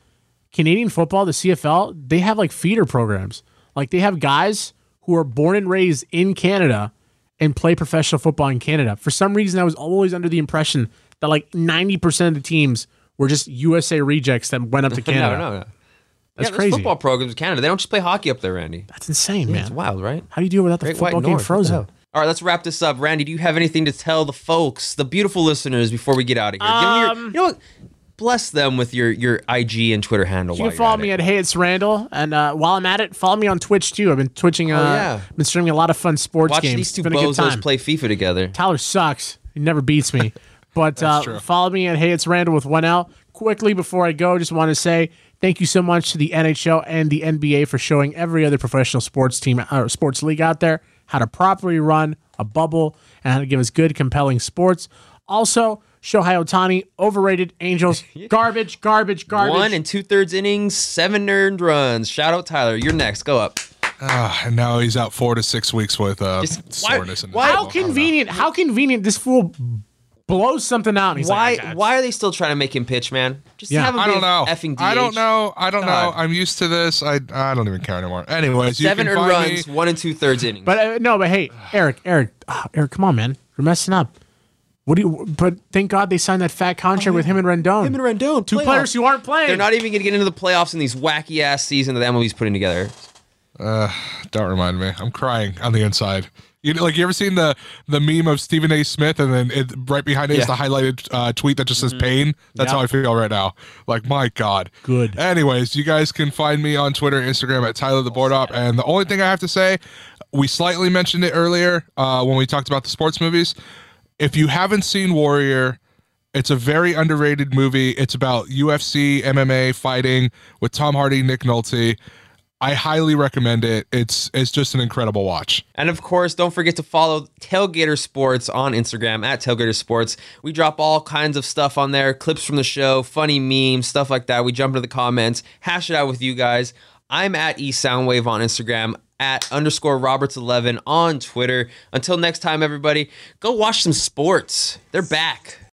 S3: Canadian football, the CFL, they have like feeder programs. Like they have guys who are born and raised in Canada and play professional football in Canada. For some reason, I was always under the impression that like ninety percent of the teams were just USA rejects that went up to
S2: no,
S3: Canada.
S2: no, no.
S3: That's
S2: yeah, there's
S3: crazy.
S2: Football programs in Canada, they don't just play hockey up there, Randy.
S3: That's insane,
S2: It's
S3: man.
S2: wild, right?
S3: How do you do it without the
S2: Great
S3: football
S2: White
S3: game
S2: North, what the
S3: frozen?
S2: hell? All right, let's wrap this up. Randy, do you have anything to tell the folks, the beautiful listeners, before we get out of here? Give them
S3: Um,
S2: your, you know what? Bless them with your your IG and Twitter handle.
S3: You can follow me at Hey It's Randall, and uh, while I'm at it, follow me on Twitch too. I've been twitching. Uh,
S2: yeah.
S3: been streaming a lot of fun sports
S2: Watch
S3: games.
S2: these two
S3: it's been a good
S2: bozos
S3: time.
S2: play FIFA together.
S3: Tyler sucks. He never beats me. But uh,
S4: true.
S3: follow me at Hey It's Randall with one L. Quickly before I go, just want to say thank you so much to the NHL and the NBA for showing every other professional sports team or sports league out there how to properly run a bubble and how to give us good, compelling sports. Also, Shohei Otani, overrated. Angels, garbage, garbage, garbage.
S2: One and two thirds innings, seven earned runs. Shout out Tyler. You're next. Go up.
S4: Ah, and now he's out four to six weeks with uh,
S2: Just- why-
S4: soreness. in his
S2: why-
S4: elbow.
S3: how convenient! How convenient! This fool blows something out. and he's
S2: why
S3: like, "I got it."
S2: why are they still trying to make him pitch, man? Just
S3: Yeah.
S2: have him
S4: I
S2: be
S4: don't
S2: a
S4: know.
S2: effing DH.
S4: I don't know. I don't
S2: God.
S4: know. I'm used to this. I I don't even care anymore. Anyways, you
S2: Seven
S4: can
S2: earned
S4: find
S2: runs,
S4: me-
S2: one and two thirds innings.
S3: But uh, no, but hey, Eric, Eric, ah, Eric, come on, man, you're messing up. What do you? But thank God they signed that fat contract with him and Rendon.
S2: Oh, Him and Rendon,
S3: two
S2: playoffs.
S3: players who aren't playing.
S2: They're not even going to get into the playoffs in these wacky ass season that the MLB's putting together.
S4: Don't remind me. I'm crying on the inside. You know, like you ever seen the the meme of Stephen A. Smith, and then it, right behind it is
S2: Yeah.
S4: the highlighted uh, tweet that just says "pain." That's
S3: Yeah.
S4: how I feel right now. Like my God.
S3: Good.
S4: Anyways, you guys can find me on Twitter, and Instagram at Tyler the Board Op. And the only thing I have to say, we slightly mentioned it earlier uh, when we talked about the sports movies. If you haven't seen Warrior, it's a very underrated movie. It's about UFC, MMA fighting with Tom Hardy, Nick Nolte. I highly recommend it. It's it's just an incredible watch.
S2: And of course, don't forget to follow Tailgater Sports on Instagram at Tailgater Sports. We drop all kinds of stuff on there clips from the show, funny memes, stuff like that. We jump into the comments, hash it out with you guys. I'm at eSoundwave on Instagram, at underscore Roberts11 on Twitter. Until next time, everybody, go watch some sports. They're back.